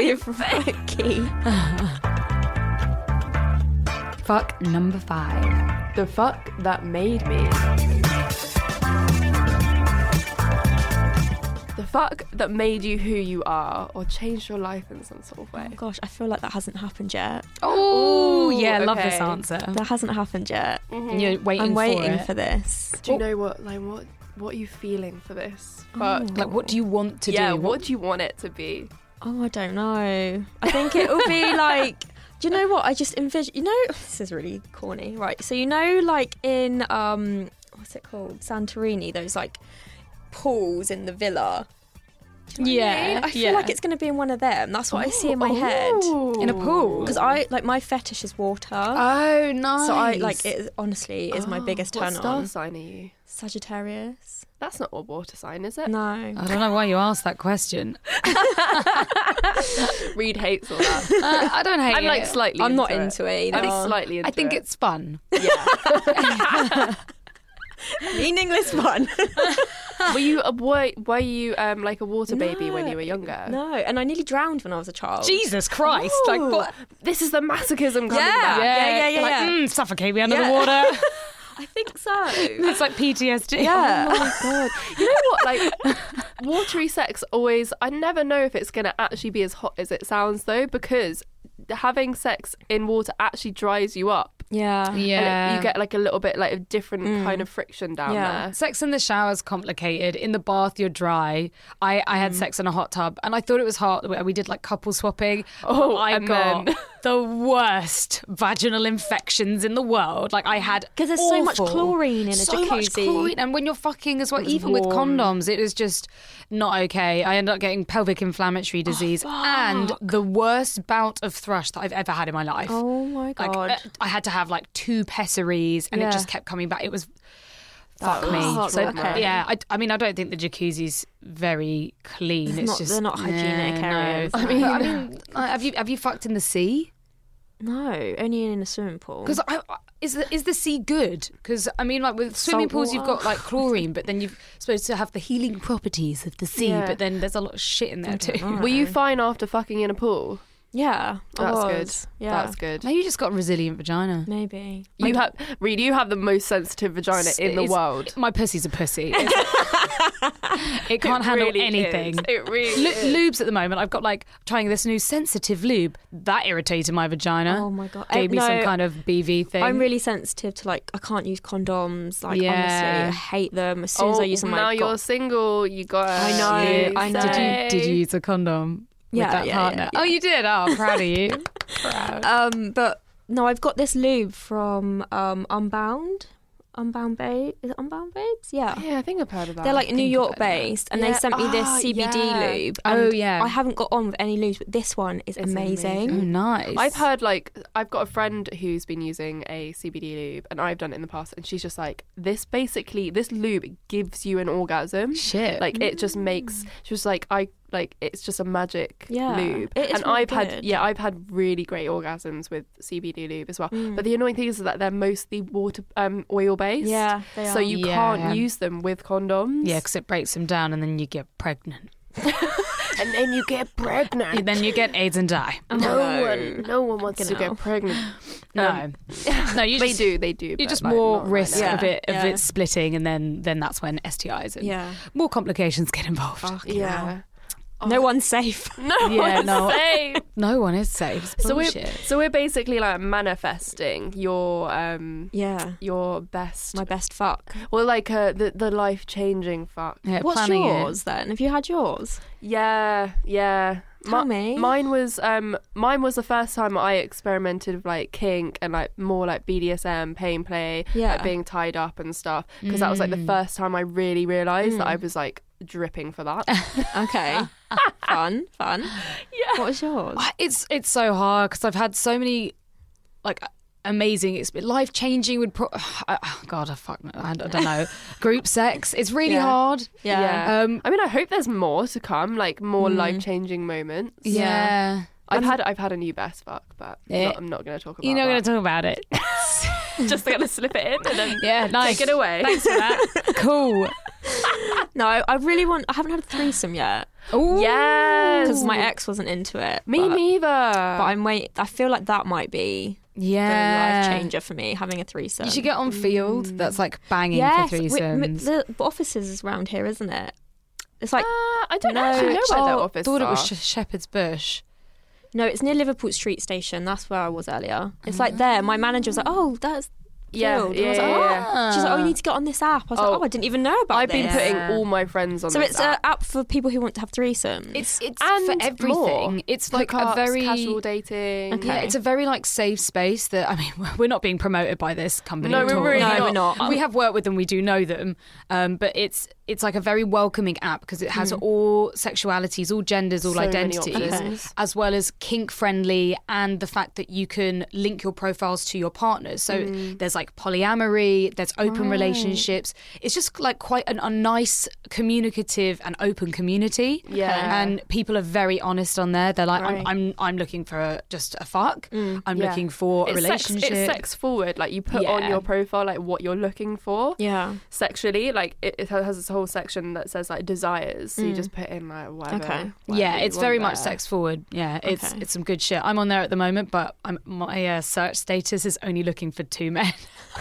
you
fit.
find
Yeah.
*laughs*
the right
Fuck number five.
The fuck that made me.
the fuck that made you who you are or changed your life in some sort of way.
Gosh, I feel like that hasn't happened yet.
Oh,
Ooh,
yeah, love this
okay.
answer.
That hasn't happened yet.
Mm-hmm.
You're waiting,
I'm waiting
for,
for,
it.
this.
Do you know what like what what are you feeling for this? Fuck.
Like, what do you want to
yeah,
do?
what do you want it to be?
Oh, I don't know. I think it will be like. Do you know what? I just envision. You know, *laughs* this is really corny, right? So you know, like in um, what's it called, Santorini? Those like pools in the villa.
yeah,
I feel like it's going to be in one of them. That's what I see
Oh.
in my head.
in a pool.
Because I like my fetish is water.
Oh, nice.
So I like it. Honestly, is my biggest
Oh, Ah, what
turn
star
on.
sign are you?
Sagittarius.
That's not a water sign, is it?
No.
I don't know why you asked that question.
Reed hates all
*laughs*
that.
Uh, I don't hate
I'm like
it.
slightly.
I'm
into
not
it.
into it. either.
I'm slightly into
I think
it.
it's fun.
yeah.
*laughs* meaningless one.
were you a were, were you um like a water baby when you were younger?
no, and I nearly drowned when I was a child.
Jesus Christ! Like what?
This is the masochism coming
Yeah.
back.
yeah, yeah,
Like,
yeah.
mm, suffocate me under
Yeah.
the water.
I think so. *laughs*
it's like PTSD.
Yeah.
You know what?
*laughs*
Like, watery sex always. I never know if it's going to actually be as hot as it sounds, though, because having sex in water actually dries you up.
yeah. Mm.
And it-
Yeah.
you get like a little bit like a different kind of friction down
Yeah.
there.
Sex in the shower is complicated. In the bath, you're dry. I, I
Mm.
had sex in a hot tub and I thought it was hot. We- We did like couple swapping.
Oh,
But I
and
got
then-
*laughs* the worst vaginal infections in the world. Like I had
'Cause there's so much
awful-
chlorine in a
so Much
jacuzzi.
chlorine. And when you're fucking as well, even with condoms, it was just not okay. I ended up getting pelvic inflammatory disease
Oh,
and the worst bout of thrush that I've ever had in my life.
Oh my
Like,
god.
uh, I had to have like two pessaries, and
Yeah.
it just kept coming back. It was fuck me.
was
So
traumatic.
yeah, I, I mean, I don't think the jacuzzi's very clean. It's,
not-
just
they're not hygienic areas. *laughs*
I mean, I mean, uh, have you have you fucked in the sea?
no, only in a swimming pool.
Because is the, is the sea good? Because I mean, like with swimming pools, you've got like chlorine, but then you're supposed to have the healing properties of the sea.
Yeah.
But then there's a lot of shit in there too.
Were you fine after fucking in a pool?
yeah, Mm. I
That's
was.
good.
Yeah,
That's good.
Maybe you just got a resilient vagina.
maybe.
You have Reed, you have the most sensitive vagina in the
It's-
world.
My pussy's
*laughs*
a pussy. It's- it can't handle
Really is.
anything.
It *laughs* really
Lu-
is.
lubes at the moment. I've got like trying this new sensitive lube that irritated my vagina.
Oh my God.
Gave
Uh,
me some
no,
kind of BV thing.
I'm really sensitive to like I can't use condoms. Like
Yeah. Oh,
honestly, I hate them. As soon as I use them,
Oh, now
I
you're
got,
single. You got.
I know, I know.
Did you did you use a condom with
Yeah,
that
yeah,
partner?
yeah, yeah.
Oh, you did. Oh, I'm proud of you.
Um, but no, I've got this lube from um Unbound, Unbound Babe. Is it Unbound Babes? Yeah.
Yeah, I think I've heard about.
They're
it.
like New York based, and they
Yeah.
sent me this
Ah,
CBD
yeah.
lube.
Oh,
and
yeah.
I haven't got on with any lubes, but this one is amazing.
Oh, nice.
I've heard like I've got a friend who's been using a CBD lube, and I've done it in the past, and she's just like, this basically, this lube gives you an orgasm.
Shit.
Like it just makes. She was like, I like it's just a magic
Mm. Yeah.
lube,
It is
and
really
I've had
good.
yeah, I've had really great orgasms with CBD lube as well.
Mm.
But the annoying thing is that they're mostly water um, oil based.
Yeah, they
So
are.
you
Yeah.
can't use them with condoms.
Yeah, because it breaks them down, and then you get pregnant.
and then you get pregnant.
And then you get AIDS and die.
*laughs*
Oh,
no, one, no one wants to get *laughs* pregnant.
No, no,
*laughs*
you
They
just,
do, they do.
You're
but,
just
like,
more
not right
risk
now.
now.
of it of
Yeah.
it splitting, and then then that's when STIs and
Yeah.
more complications get involved.
Yeah.
No one's safe. *laughs*
yeah, no, no one is safe. It's
So we're
bullshit.
so we're basically like manifesting your um
yeah.
your best
My best fuck.
well like uh, the the life changing fuck.
Yeah,
What's
planning it.
yours then? Have you had yours?
Yeah, yeah.
Tell me.
Mine was um mine was the first time I experimented with like kink and like more like BDSM pain play,
Yeah.
like being tied up and stuff because that was like the first time I really realized that I was like dripping for that.
*laughs* Okay. fun, fun. Yeah. What was yours?
I- It's it's so hard because I've had so many like amazing, it's life changing. Would pro- *sighs* I- oh, God, I fuck, I don't *laughs* know. Group sex, it's really
Yeah.
hard.
Yeah.
Yeah.
Um, Hmm.
I mean, I hope there's more to come, like more life changing moments.
yeah.
I've had I've had a new best fuck, but
Yeah.
not, I'm not going to talk about.
You're not going
that.
to talk about *laughs*
*laughs*
it.
just going to slip it in and then
*laughs* Yeah, nice.
take it away. *laughs*
Thanks for that. cool.
No, I really want. I haven't had a threesome yet
Ooh.
because
Yes,
my ex wasn't into it.
me
but,
neither.
But I'm wait. I feel like that might be the
Yeah.
life changer for me having a threesome.
You should get on field. That's like banging
yes.
for
we- m-
threesomes.
the offices is around here, isn't it? It's like
uh, I don't
No,
actually know where
oh,
their office
thought it was
are.
Sh- Shepherd's Bush.
no, it's near Liverpool Street Station. That's where I was earlier. It's like there. My manager was like, "Oh, that's."
Yeah,
Guild." And
yeah,
I was like,
yeah,
oh.
uh, yeah.
She's like, "Oh, you need to get on this app." I was like,
Oh.
"Oh, I didn't even know about
I've been
this."
putting all my friends on.
So
this
it's an
app.
app for people who want to have threesomes.
It's it's for
and
everything.
more.
It's like a
Hookups,
very
casual dating.
Okay.
Yeah, it's a very like safe space that I mean *laughs* we're not being promoted by this company.
No,
at
we're
all.
really
No, not. we're not.
We have worked with them, we do know them, um, but it's it's like a very welcoming app because it has all sexualities, all genders, all
Mm. So many
identities,
options.
as well as kink friendly and the fact that you can link your profiles to your partners. So
Mm.
there's like polyamory, there's open relationships. It's just like quite an, a nice, communicative and open community.
Yeah.
and people are very honest on there. They're like,
Right.
I'm, I'm, I'm looking for a, just a fuck. I'm
Yeah.
looking for a
it's sex,
relationship.
it's sex forward. Like you put on
Yeah.
your profile like what you're looking for
Yeah.
sexually. Like it, it has this whole section that says like desires. So you just put in like whatever.
Okay.
whatever
Mm. yeah,
you
it's
want
very much
there.
sex forward. Yeah, it's
Okay.
it's some good shit. I'm on there at the moment, but I'm, my uh, search status is only looking for two men.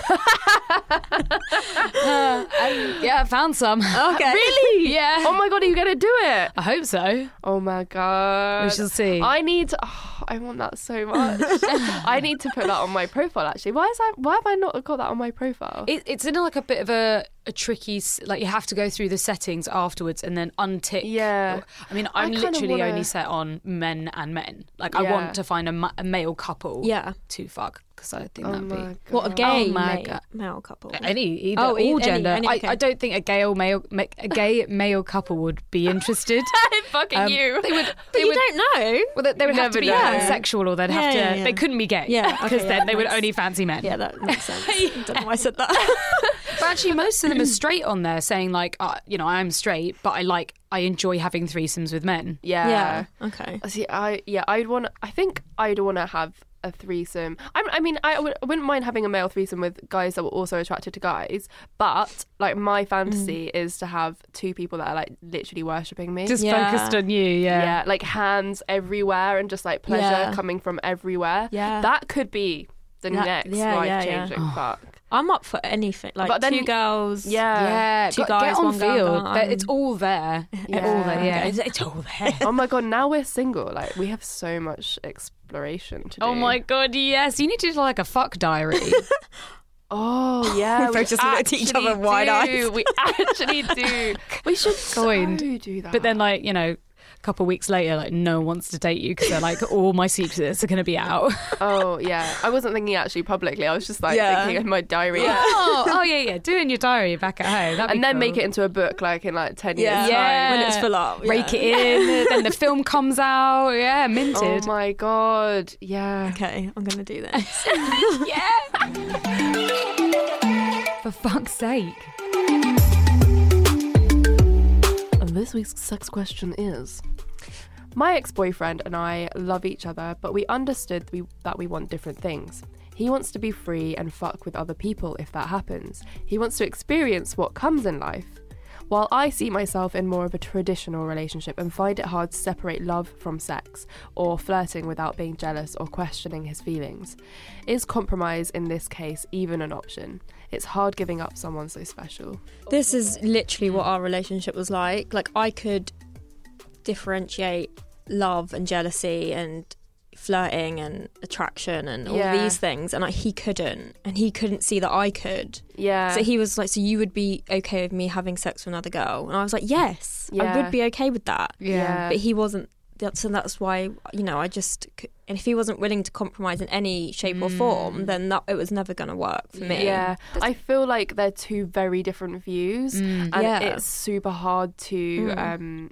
*laughs* Uh, and, yeah, I found some. Okay, *laughs* really? Yeah,
Oh my god, are you gonna do it?
I hope so.
Oh my god.
We shall see.
I need to, oh, I want that so
*laughs*
much. I need to put that on my profile actually. Why is that why have I not got that on my profile?
It, it's in like a bit of a, a tricky s- like you have to go through the settings afterwards and then untick.
Yeah.
I mean,
I
I'm
kinda
literally
wanna-
only set on men and men. Like I
Yeah.
want to find a, ma- a male couple.
Yeah.
to fuck because I think
Oh
that'd be.
my god.
What a gay
Oh my
mate,
God.
male couple.
Any, either,
Oh,
all
e- any-
gender.
any,
I,
okay.
I don't think a gay or male, ma- a gay male couple would be interested.
*laughs* fucking
Um,
you.
They would.
But
They
you
would.
don't know.
Well, they, they would have
never
to be
know.
pansexual, or they'd have
Yeah,
to.
yeah, yeah.
They couldn't be gay.
Yeah, okay,
because
yeah,
then they would
makes-
only fancy
*laughs*
men.
Yeah, that makes sense.
*laughs*
I don't know why I said that.
But actually, most of them are straight on there, saying like, uh, you know, I'm straight, but I like, I enjoy having threesomes with men.
yeah.
yeah. Okay.
See, I yeah, I'd want. I think I'd want to have a threesome. I, I mean, I, would, I wouldn't mind having a male threesome with guys that were also attracted to guys. But like, my fantasy
Mm.
is to have two people that are like literally worshipping me.
Just
Yeah.
focused on you,
yeah.
yeah.
like hands everywhere and just like pleasure
Yeah.
coming from everywhere.
Yeah.
that could be the
That-
next
yeah, yeah, Oh.
life
yeah.
changing fuck.
I'm up for anything. Like
But then-
two girls.
Yeah.
*laughs* Two
got-
guys,
get on
one girl,
field.
go
That-
on.
It's all there.
Yeah.
All there. Yeah.
*laughs*
It's, it's all there.
oh my god! Now we're single. Like we have so much exploration to do.
Oh my god, yes! You need to do like a
*laughs*
fuck diary.
Oh yeah,
We both just looked at each other
actually
wide-eyed.
do.
*laughs*
We actually do. We should
Joined.
so do that.
But then, like, you know, a couple of weeks later, like, no one wants to date you because they're like, all my secrets are going to be out.
oh yeah, I wasn't thinking actually publicly. I was just like
Yeah.
thinking in my diary,
*laughs* oh, oh, yeah, yeah. Doing your diary back at home. That'd be
and then
cool.
make it into a book, like in like ten
Yeah.
years.
Yeah.
When it's full up. yeah.
Break it in, then the film comes out. Yeah,
Oh
minted.
my god, yeah.
Okay, I'm gonna do this.
*laughs*
Oh.
For fuck's sake.
And this week's sex question is. My ex boyfriend and I love each other, but we understood we, that we want different things. He wants to be free and fuck with other people if that happens. He wants to experience what comes in life. While I see myself in more of a traditional relationship and find it hard to separate love from sex or flirting without being jealous or questioning his feelings, is compromise in this case even an option? It's hard giving up someone so special.
this is literally what our relationship was like. Like I could differentiate love and jealousy and flirting and attraction and all
Yeah.
these things and like he couldn't and he couldn't see that I could.
Yeah.
So he was like, "So you would be okay with me having sex with another girl?" And I was like, "Yes, I
Yeah.
would be okay with that."
Yeah.
But he wasn't. That's, and that's why you know I just. c- And if he wasn't willing to compromise in any shape or form, then that it was never going to work for me.
Mm. Yeah, I feel like they're two very different views, and
Mm, Yeah. Mm.
it's super hard to. Um,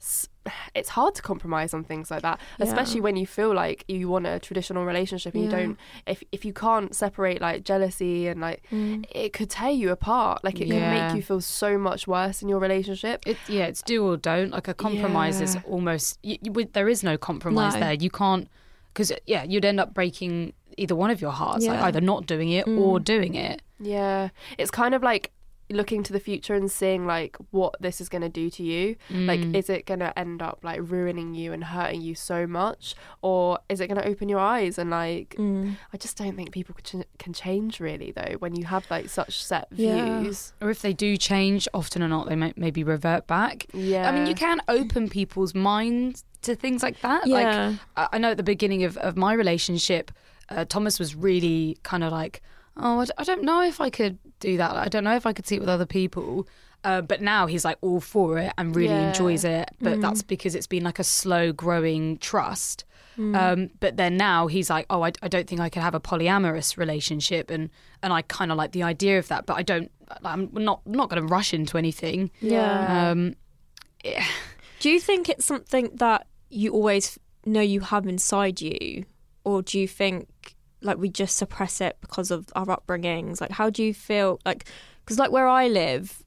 s- it's hard to compromise on things like that,
Yeah.
especially when you feel like you want a traditional relationship and
Yeah.
you don't. If if you can't separate like jealousy and like,
Mm.
it could tear you apart. Like it could
Yeah.
make you feel so much worse in your relationship.
It, yeah, it's do or don't. Like a compromise is
Yeah.
almost you, you, would- there is no compromise
No.
there. You can't because yeah, you'd end up breaking either one of your hearts, like
Yeah. Mm.
either not doing it or doing it.
Yeah. It's kind of like looking to the future and seeing like what this is going to do to you. Like
Mm.
is it going to end up like ruining you and hurting you so much or is it going to open your eyes and like
Mm.
I just don't think people can, ch- can change really though when you have like such set
Yeah.
views.
Or if they do change, often or not, they may, maybe revert back.
Yeah.
I mean, you can open people's minds to things like that.
Yeah.
Like, I I know at the beginning of, of my relationship, uh, Thomas was really kind of like, oh, I d- I don't know if I could do that. I don't know if I could see it with other people. Uh, but now he's like all for it and really
Yeah.
enjoys it. But that's because it's been like a slow growing trust. Um, but then now he's like, oh, I, I don't think I could have a polyamorous relationship, and and I kind of like the idea of that, but I don't. I'm not not going to rush into anything.
Yeah.
Um,
Do you think it's something that you always know you have inside you, or do you think like we just suppress it because of our upbringings? Like, how do you feel like? Because like where I live,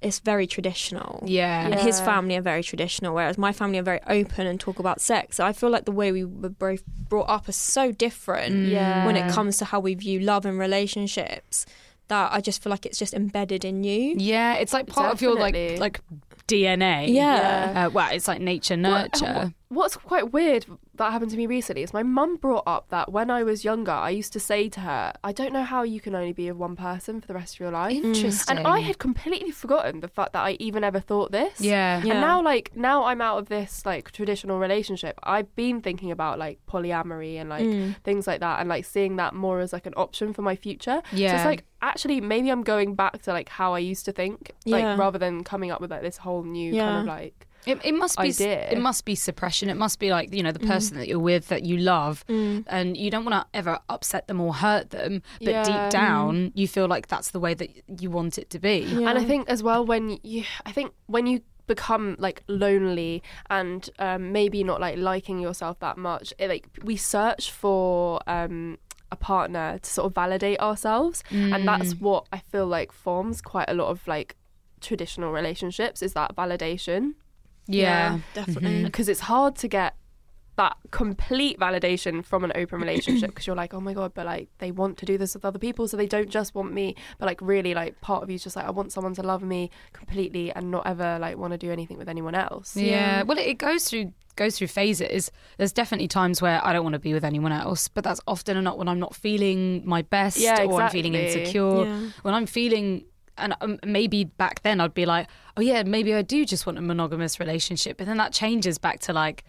it's very traditional.
yeah.
And
yeah.
his
Yeah.
family are very traditional, whereas my family are very open and talk about sex. So I feel like the way we were both brought up is so different
Yeah.
when it comes to how we view love and relationships that I just feel like it's just embedded in you.
it's like part of your
Definitely.
like like DNA.
Yeah.
Uh, well, it's like nature
What-
nurture.
What's quite weird that happened to me recently is my mum brought up that when I was younger, I used to say to her, I don't know how you can only be with one person for the rest of your life.
oh, Mm. Interesting.
And I had completely forgotten the fact that I even ever thought this.
yeah.
Yeah.
And now, like, now I'm out of this, like, traditional relationship. I've been thinking about, like, polyamory and, like, things like that and, like, seeing that more as, like, an option for my future. So
Yeah.
it's like, actually, maybe I'm going back to, like, how I used to think,
Yeah.
like, rather than coming up with, like, this whole new
Yeah.
kind of, like,
It, it must be s-
idea.
it must be suppression. It must be like you know the person that you're with that you love,
Mm.
and you don't want to ever upset them or hurt them. But
Yeah.
deep down, you feel like that's the way that you want it to be.
And I think as well when you, I think when you become like lonely and um, maybe not like liking yourself that much, it, like we search for um, a partner to sort of validate ourselves, and that's what I feel like forms quite a lot of like traditional relationships is that validation
Yeah.
definitely.
because it's hard to get that complete validation from an open relationship because you're like oh my god but like they want to do this with other people so they don't just want me but like really like part of you's just like i want someone to love me completely and not ever like want to do anything with anyone else
Yeah. Well, it, it goes through goes through phases. There's definitely times where I don't want to be with anyone else, but that's often not when I'm not feeling my best
Yeah,
or I'm feeling
exactly.
insecure.
Yeah.
When I'm feeling and um, maybe back then I'd be like, oh yeah, maybe I do just want a monogamous relationship, but then that changes back to like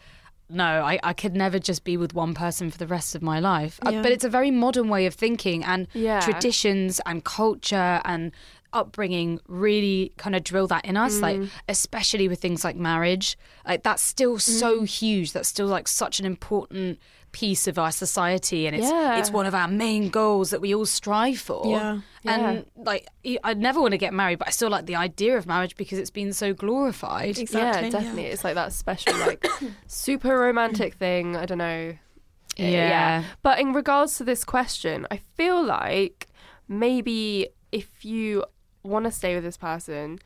no, I, I could never just be with one person for the rest of my life. Uh,
Yeah.
but it's a very modern way of thinking and
Yeah.
traditions and culture and upbringing really kind of drill that in us
Mm.
like especially with things like marriage like that's still
Mm.
so huge that's still like such an important piece of our society and it's
Yeah.
it's one of our main goals that we all strive for
Yeah.
and like I- I'd never want to get married but I still like the idea of marriage because it's been so glorified
Exactly.
yeah definitely it's like that special like *coughs* super romantic thing i don't know Uh,
Yeah.
But in regards to this question, I feel like maybe if you want to stay with this person,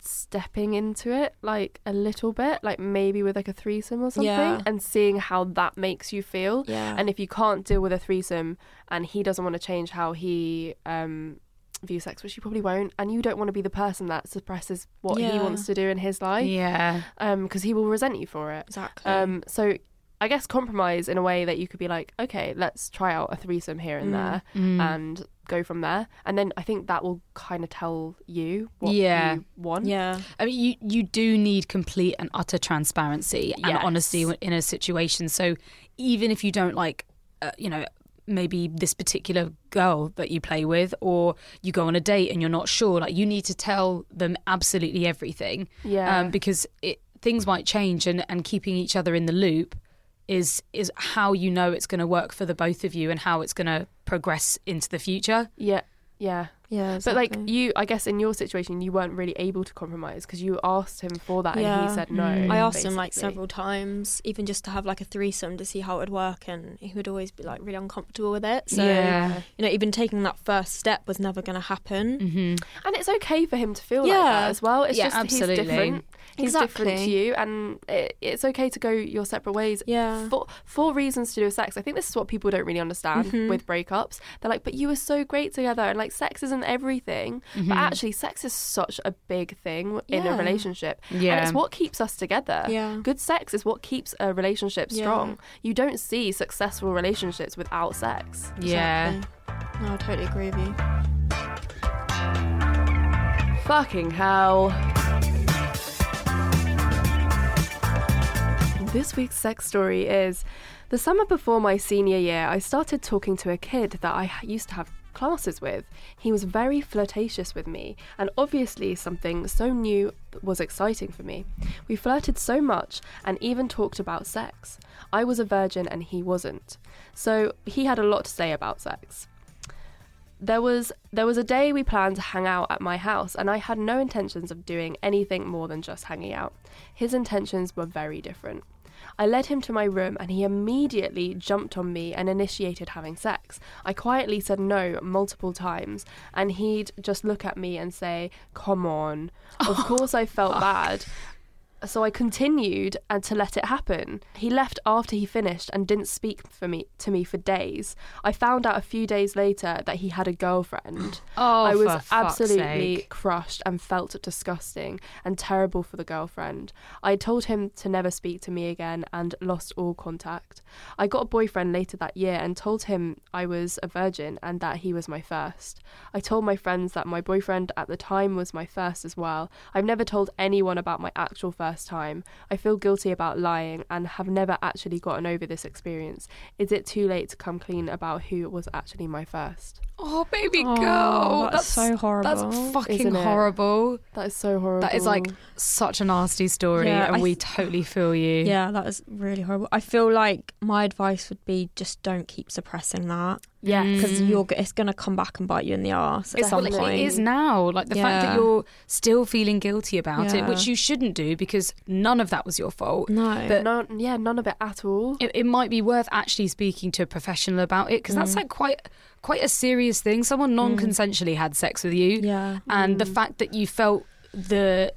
stepping into it like a little bit, like maybe with like a threesome or something,
Yeah.
and seeing how that makes you feel.
Yeah.
And if you can't deal with a threesome and he doesn't want to change how he um, views sex, which he probably won't, and you don't want to be the person that suppresses what he
Yeah.
wants to do in his life,
yeah
because he will resent you for it.
Exactly.
Um, so I guess compromise in a way that you could be like, okay, let's try out a threesome here
Mm,
and there and go from there. And then I think that will kind of tell you what
Yeah.
you want.
yeah.
I mean, you, you do need complete and utter transparency and
Yes.
honesty w- in a situation. So even if you don't like, uh, you know, maybe this particular girl that you play with, or you go on a date and you're not sure, like you need to tell them absolutely everything.
Yeah.
Um, because it, things might change, and, and keeping each other in the loop is is how you know it's going to work for the both of you and how it's going to progress into the future.
Yeah. Yeah.
Yeah.
But like you, I guess in your situation, you weren't really able to compromise because you asked him for that and
Yeah.
he said no.
Mm.
I asked him like
basically.
several times, even just to have like a threesome to see how it would work, and he would always be like really uncomfortable with it. So you know, even taking that first step was never going to happen.
hmm
And it's okay for him to feel like
Yeah.
that as well. It's
Yeah,
just that
absolutely.
he's different. He's different to
Exactly.
you, and it, it's okay to go your separate ways.
Yeah.
For for reasons to do with sex. I think this is what people don't really understand
Mm-hmm.
with breakups. They're like, but you were so great together, and like sex isn't everything. But actually, sex is such a big thing in
Mm-hmm. Yeah.
a relationship. And
Yeah.
it's what keeps us together.
Yeah.
Good sex is what keeps a relationship
Yeah.
strong. You don't see successful relationships without sex.
Yeah.
Exactly. No, I totally agree with you.
Fucking hell. This week's sex story is the summer before my senior year, I started talking to a kid that I h- used to have classes with. He was very flirtatious with me, and obviously something so new was exciting for me. We flirted so much and even talked about sex. I was a virgin and he wasn't. So he had a lot to say about sex there was there was a day we planned to hang out at my house and I had no intentions of doing anything more than just hanging out. His intentions were very different. I led him to my room and he immediately jumped on me and initiated having sex. I quietly said no multiple times and he'd just look at me and say, "Come on." Of course I felt bad. So I continued and to let it happen. He left after he finished and didn't speak for me to me for days. I found out a few days later that he had a girlfriend.
Oh,
I was
for fuck's
absolutely
sake.
crushed and felt disgusting and terrible for the girlfriend. I told him to never speak to me again and lost all contact. I got a boyfriend later that year and told him I was a virgin and that he was my first. I told my friends that my boyfriend at the time was my first as well. I've never told anyone about my actual first time. I feel guilty about lying and have never actually gotten over this experience. Is it too late to come clean about who was actually my first?
Oh, baby
Oh,
girl.
that's so horrible,
That's fucking
isn't it?
horrible.
That is so horrible.
That is like such a nasty story,
Yeah,
and
I
we
th-
totally feel you.
Yeah, that is really horrible. I feel like my advice would be just don't keep suppressing that.
Yes.
because you're g- it's gonna come back and bite you in the arse at
Mm. It's
some
well,
point.
it is now. Like the fact
Yeah.
that you're still feeling guilty about it,
Yeah.
which you shouldn't do because none of that was your fault.
no,
But
None, yeah, none of it at all.
It, it might be worth actually speaking to a professional about it because that's like quite quite a serious thing. Someone non-consensually had sex with you,
yeah,
and the fact that you felt the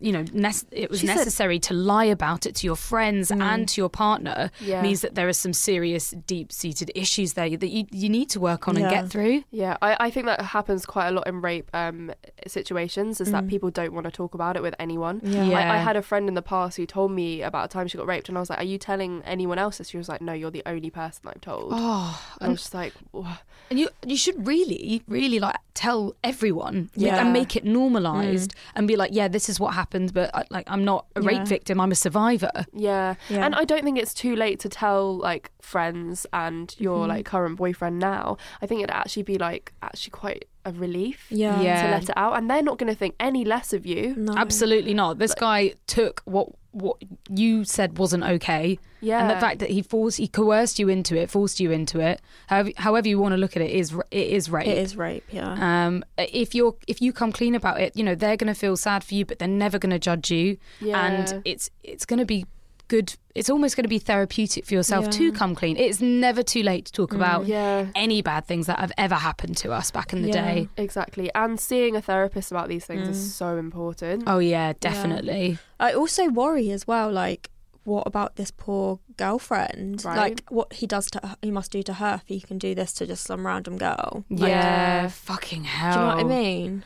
you know nec- it was
She said-
necessary to lie about it to your friends and to your partner
Yeah.
means that there are some serious deep-seated issues there that you, you need to work on and
Yeah.
get through
Yeah, I, I think that happens quite a lot in rape um, situations is that people don't want to talk about it with anyone.
Yeah.
I, I
Mm. Yeah.
had a friend in the past who told me about a time she got raped, and I was like, Are you telling anyone else this? She was like, No, you're the only person I've told.
oh
and I was just like, "Wha-
And you you should really really like tell everyone
Yeah.
and make it normalized and be like, yeah, this is what happened, but I, like I'm not a rape
Yeah.
victim, I'm a survivor.
Yeah.
Yeah.
And I don't think it's too late to tell like friends and your
Mm-hmm.
like current boyfriend now. I think it'd actually be like actually quite a relief
yeah,
Yeah.
to let it out, and they're not going to think any less of you.
No.
Absolutely not. This guy took what what you said wasn't okay,
Yeah.
and the fact that he forced he coerced you into it, forced you into it. However, however you want to look at it is ra- it is rape.
It is rape. Yeah,
Um, if you're if you come clean about it, you know they're going to feel sad for you, but they're never going to judge you,
Yeah.
and it's it's going to be good. It's almost going to be therapeutic for yourself
Yeah.
to come clean. It's never too late to talk
Mm.
about
yeah.
any bad things that have ever happened to us back in the
Yeah.
day.
Exactly. And seeing a therapist about these things
Mm.
is so important.
Oh yeah, definitely.
I also worry as well. Like, what about this poor girlfriend?
Right.
Like, what he does to her, he must do to her if he can do this to just some random girl.
Yeah,
Like,
Uh, fucking
do
hell.
you know what I mean?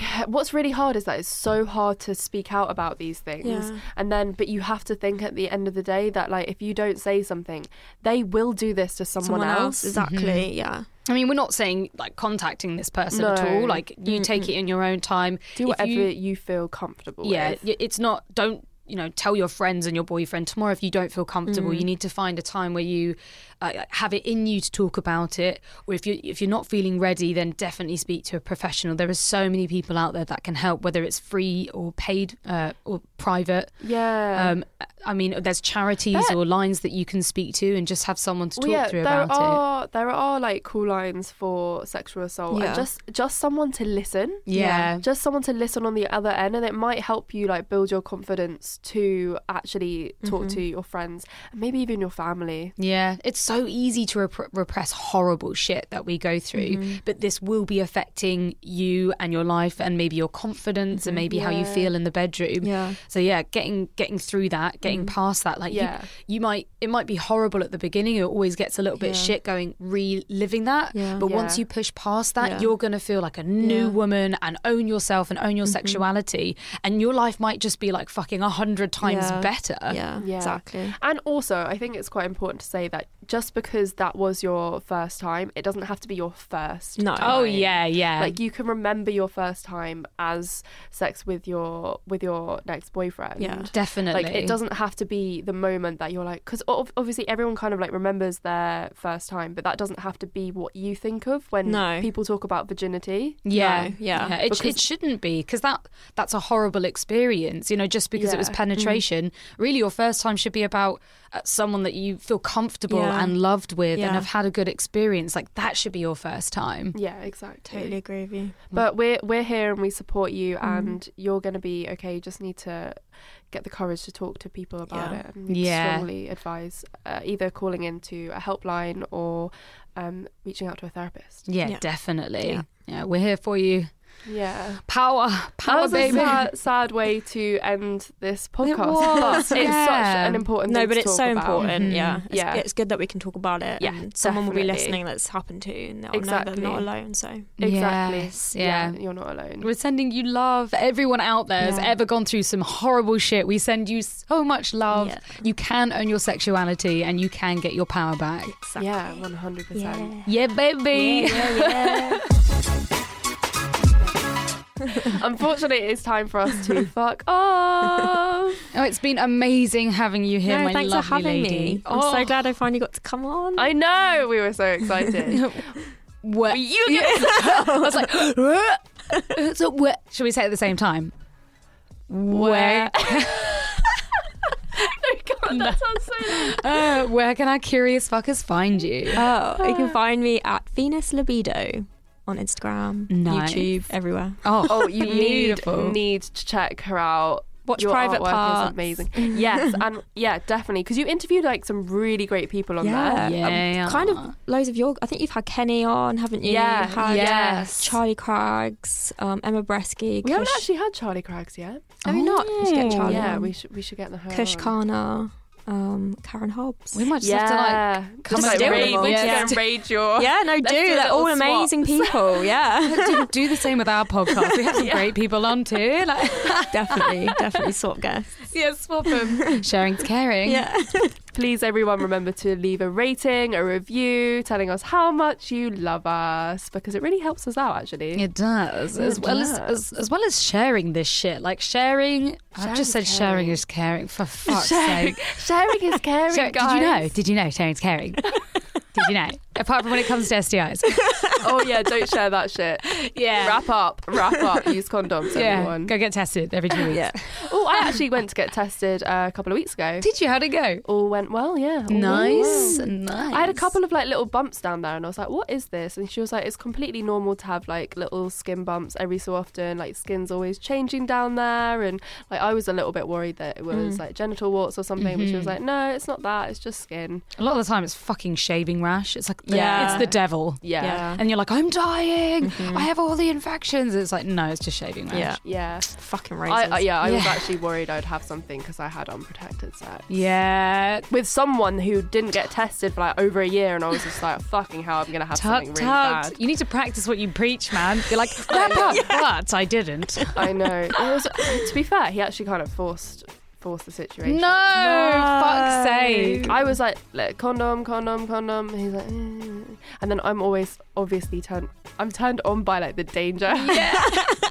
Yeah, *sighs* what's really hard is that it's so hard to speak out about these things.
Yeah.
And then, but you have to think at the end of the day that, like, if you don't say something, they will do this to someone, else.
Mm-hmm.
exactly. Yeah,
I mean, we're not saying like contacting this person at
No.
all. Like you take it in your own time.
Do
If
whatever
you-
you, feel comfortable
yeah
with.
y- it's not don't you know tell your friends and your boyfriend tomorrow if you don't feel comfortable
Mm.
you need to find a time where you uh, have it in you to talk about it or if you if you're not feeling ready then definitely speak to a professional there are so many people out there that can help whether it's free or paid uh, or private
Yeah.
um, I mean, there's charities
But-
or lines that you can speak to and just have someone to talk
Well, yeah,
through
there
about it.
are there are like cool lines for sexual assault
Yeah.
and just just someone to listen.
Yeah.
Just someone to listen on the other end and it might help you like build your confidence to actually talk
Mm-hmm.
to your friends and maybe even your family.
Yeah, it's so easy to rep- repress horrible shit that we go through, but this will be affecting you and your life and maybe your confidence and maybe how you feel in the bedroom.
Yeah.
So yeah, getting getting through that, getting past that like
Yeah.
you, you might it might be horrible at the beginning, it always gets a little bit shit going reliving that,
Yeah.
but
Yeah.
once you push past that,
Yeah.
you're going to feel like a new
Yeah.
woman and own yourself and own your sexuality and your life might just be like fucking a 100 times
Yeah.
better.
yeah,
Yeah.
exactly.
And also, I think it's quite important to say that just because that was your first time, it doesn't have to be your first.
No.
time.
Oh yeah, yeah.
Like you can remember your first time as sex with your with your next boyfriend.
Yeah.
definitely.
Like it doesn't have to be the moment that you're like, because obviously everyone kind of like remembers their first time, but that doesn't have to be what you think of when
No.
people talk about virginity.
Yeah,
No, yeah.
It, sh- it shouldn't be because that that's a horrible experience. You know, just because it was
Yeah.
penetration, really, your first time should be about uh, someone that you feel comfortable
Mm. Yeah.
and loved with,
Yeah.
and have had a good experience. Like that should be your first time.
Yeah, exactly.
Totally Mm-hmm. agree with you.
But we're we're here and we support you, and you're gonna be okay. You just need to get the courage to talk to people about
Yeah.
it. And
Yeah.
strongly advise uh, either calling into a helpline or um, reaching out to a therapist.
Yeah,
Yeah.
definitely.
Yeah.
Yeah. we're here for you.
Yeah,
Power,
that
power,
was a
baby.
sad, sad way to end this podcast.
was,
but *laughs* it's
yeah.
such an important.
No,
thing
but
to
it's
talk
so
about.
important. Yeah. Mm-hmm. It's,
Yeah.
it's good that we can talk about it.
Yeah,
and someone will be
definitely.
listening that's happened to and they'll know
Exactly.
they're not alone. So
Exactly.
Yes, yeah.
you're not alone.
We're sending you love. Everyone out there has
Yeah.
ever gone through some horrible shit. We send you so much love.
Yeah.
You can own your sexuality and you can get your power back.
exactly.
Yeah, one hundred percent.
Yeah, baby.
yeah, yeah.
*laughs* Unfortunately, it's time for us to fuck off.
Oh, it's been amazing having you here,
no,
my
thanks
lovely
for having
lady.
me. I'm so glad I finally got to come on.
I know we were so
*laughs*
excited.
What?
you
I was like, so what? Should we say it at the same time? *laughs*
*laughs*
Where? uh, where can our curious fuckers find you?
oh, you can find me at Venus Libido on Instagram,
Nice.
YouTube, everywhere.
Oh,
Oh, you need
Beautiful.
need to check her out.
Watch
Your
Private
artwork
Parts.
is amazing. Yes, and yeah, definitely because you interviewed like some really great people on
Yeah.
there.
yeah.
Kind of loads of your. I think you've had Kenny on, haven't you?
Yeah,
You've had
yes.
Charlie Craggs, um, Emma Bresky,
We haven't
Kush,
actually had Charlie Craggs yet.
Have you not? You should get Charlie
Oh, yeah,
on.
we should we should get her.
Kush
on.
Khanna, um, Karen Hobbs.
We might just have to
*laughs*
like.
Yeah,
come
Just like
up with a
raid,
little-
we just
Yeah.
go and raid *laughs* your.
*laughs* yeah, no,
do a
do. They're
little
all
*laughs*
amazing people. *laughs*
*laughs*
Yeah,
Do, do the same with our podcast. We have some great people on too. Like,
definitely, definitely swap guests.
yeah, swap them. Sharing's caring.
Yeah.
*laughs* Please, everyone, remember to leave a rating, a review, telling us how much you love us because it really helps us out. Actually,
It does, as
It
well As, as as well as sharing this shit. Like sharing, I've just said
Sharing's
sharing
caring.
is caring. For fuck's
Sharing-
sake,
sharing is caring,
Shar- did you know? Did you know sharing's caring? did you know? Apart from when it comes to STIs,
oh yeah, don't share that *laughs* shit.
yeah,
Wrap up, wrap up. Use condoms,
yeah.
everyone.
Go get tested
*laughs*
every two weeks.
Yeah.
Oh, I actually went to get tested uh, a couple of weeks ago.
Did you? How'd it go?
All went well, yeah. all went
Nice,
well.
nice.
I had a couple of like little bumps down there, and I was like, "What is this?" And she was like, "It's completely normal to have like little skin bumps every so often. Like skin's always changing down there." And like I was a little bit worried that it was
Mm-hmm.
like genital warts or something, but she was like, "No, it's not that. It's just skin."
A lot of the time, it's fucking shaving rash. It's like, the,
Yeah.
it's the devil.
Yeah.
Yeah.
And you're like, I'm dying. I have all the infections. It's like, no, it's just shaving rash.
Yeah.
Mm-hmm. Yeah.
Fucking racist.
I, I, yeah, I was
Yeah.
actually worried I'd have something because I had unprotected sex.
Yeah.
with someone who didn't get tested for like over a year, and I was just like, "Fucking hell, I'm gonna have
Tut,
something really
tut.
bad."
You need to practice what you preach, man. You're like, wrap up. But I didn't.
I know. It was, to be fair, he actually kind of forced forced
*laughs*
the situation.
No, fuck's sake.
I was like, like, condom, condom, condom. and He's like, "Mm." and then I'm always obviously turned. I'm turned on by like the danger. *laughs* Yeah,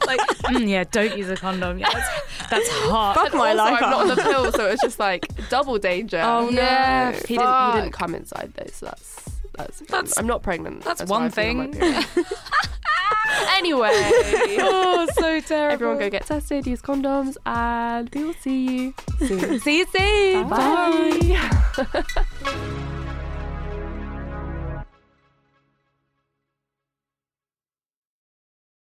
like
Mm, yeah, don't use a condom. Yeah, that's, that's hot.
Fuck my
also,
life.
I'm
up.
not on the pill, so it's just like *laughs* double danger.
Oh,
he
no.
yeah,
didn't. He didn't
fuck.
come inside though, so that's that's.
That's-
I'm not pregnant.
that's
why
one
I feel
thing.
on my period. *laughs*
*laughs*
anyway.
Oh, so terrible.
Everyone go get tested, use condoms, and we will see you soon.
See you soon.
Bye.
Bye.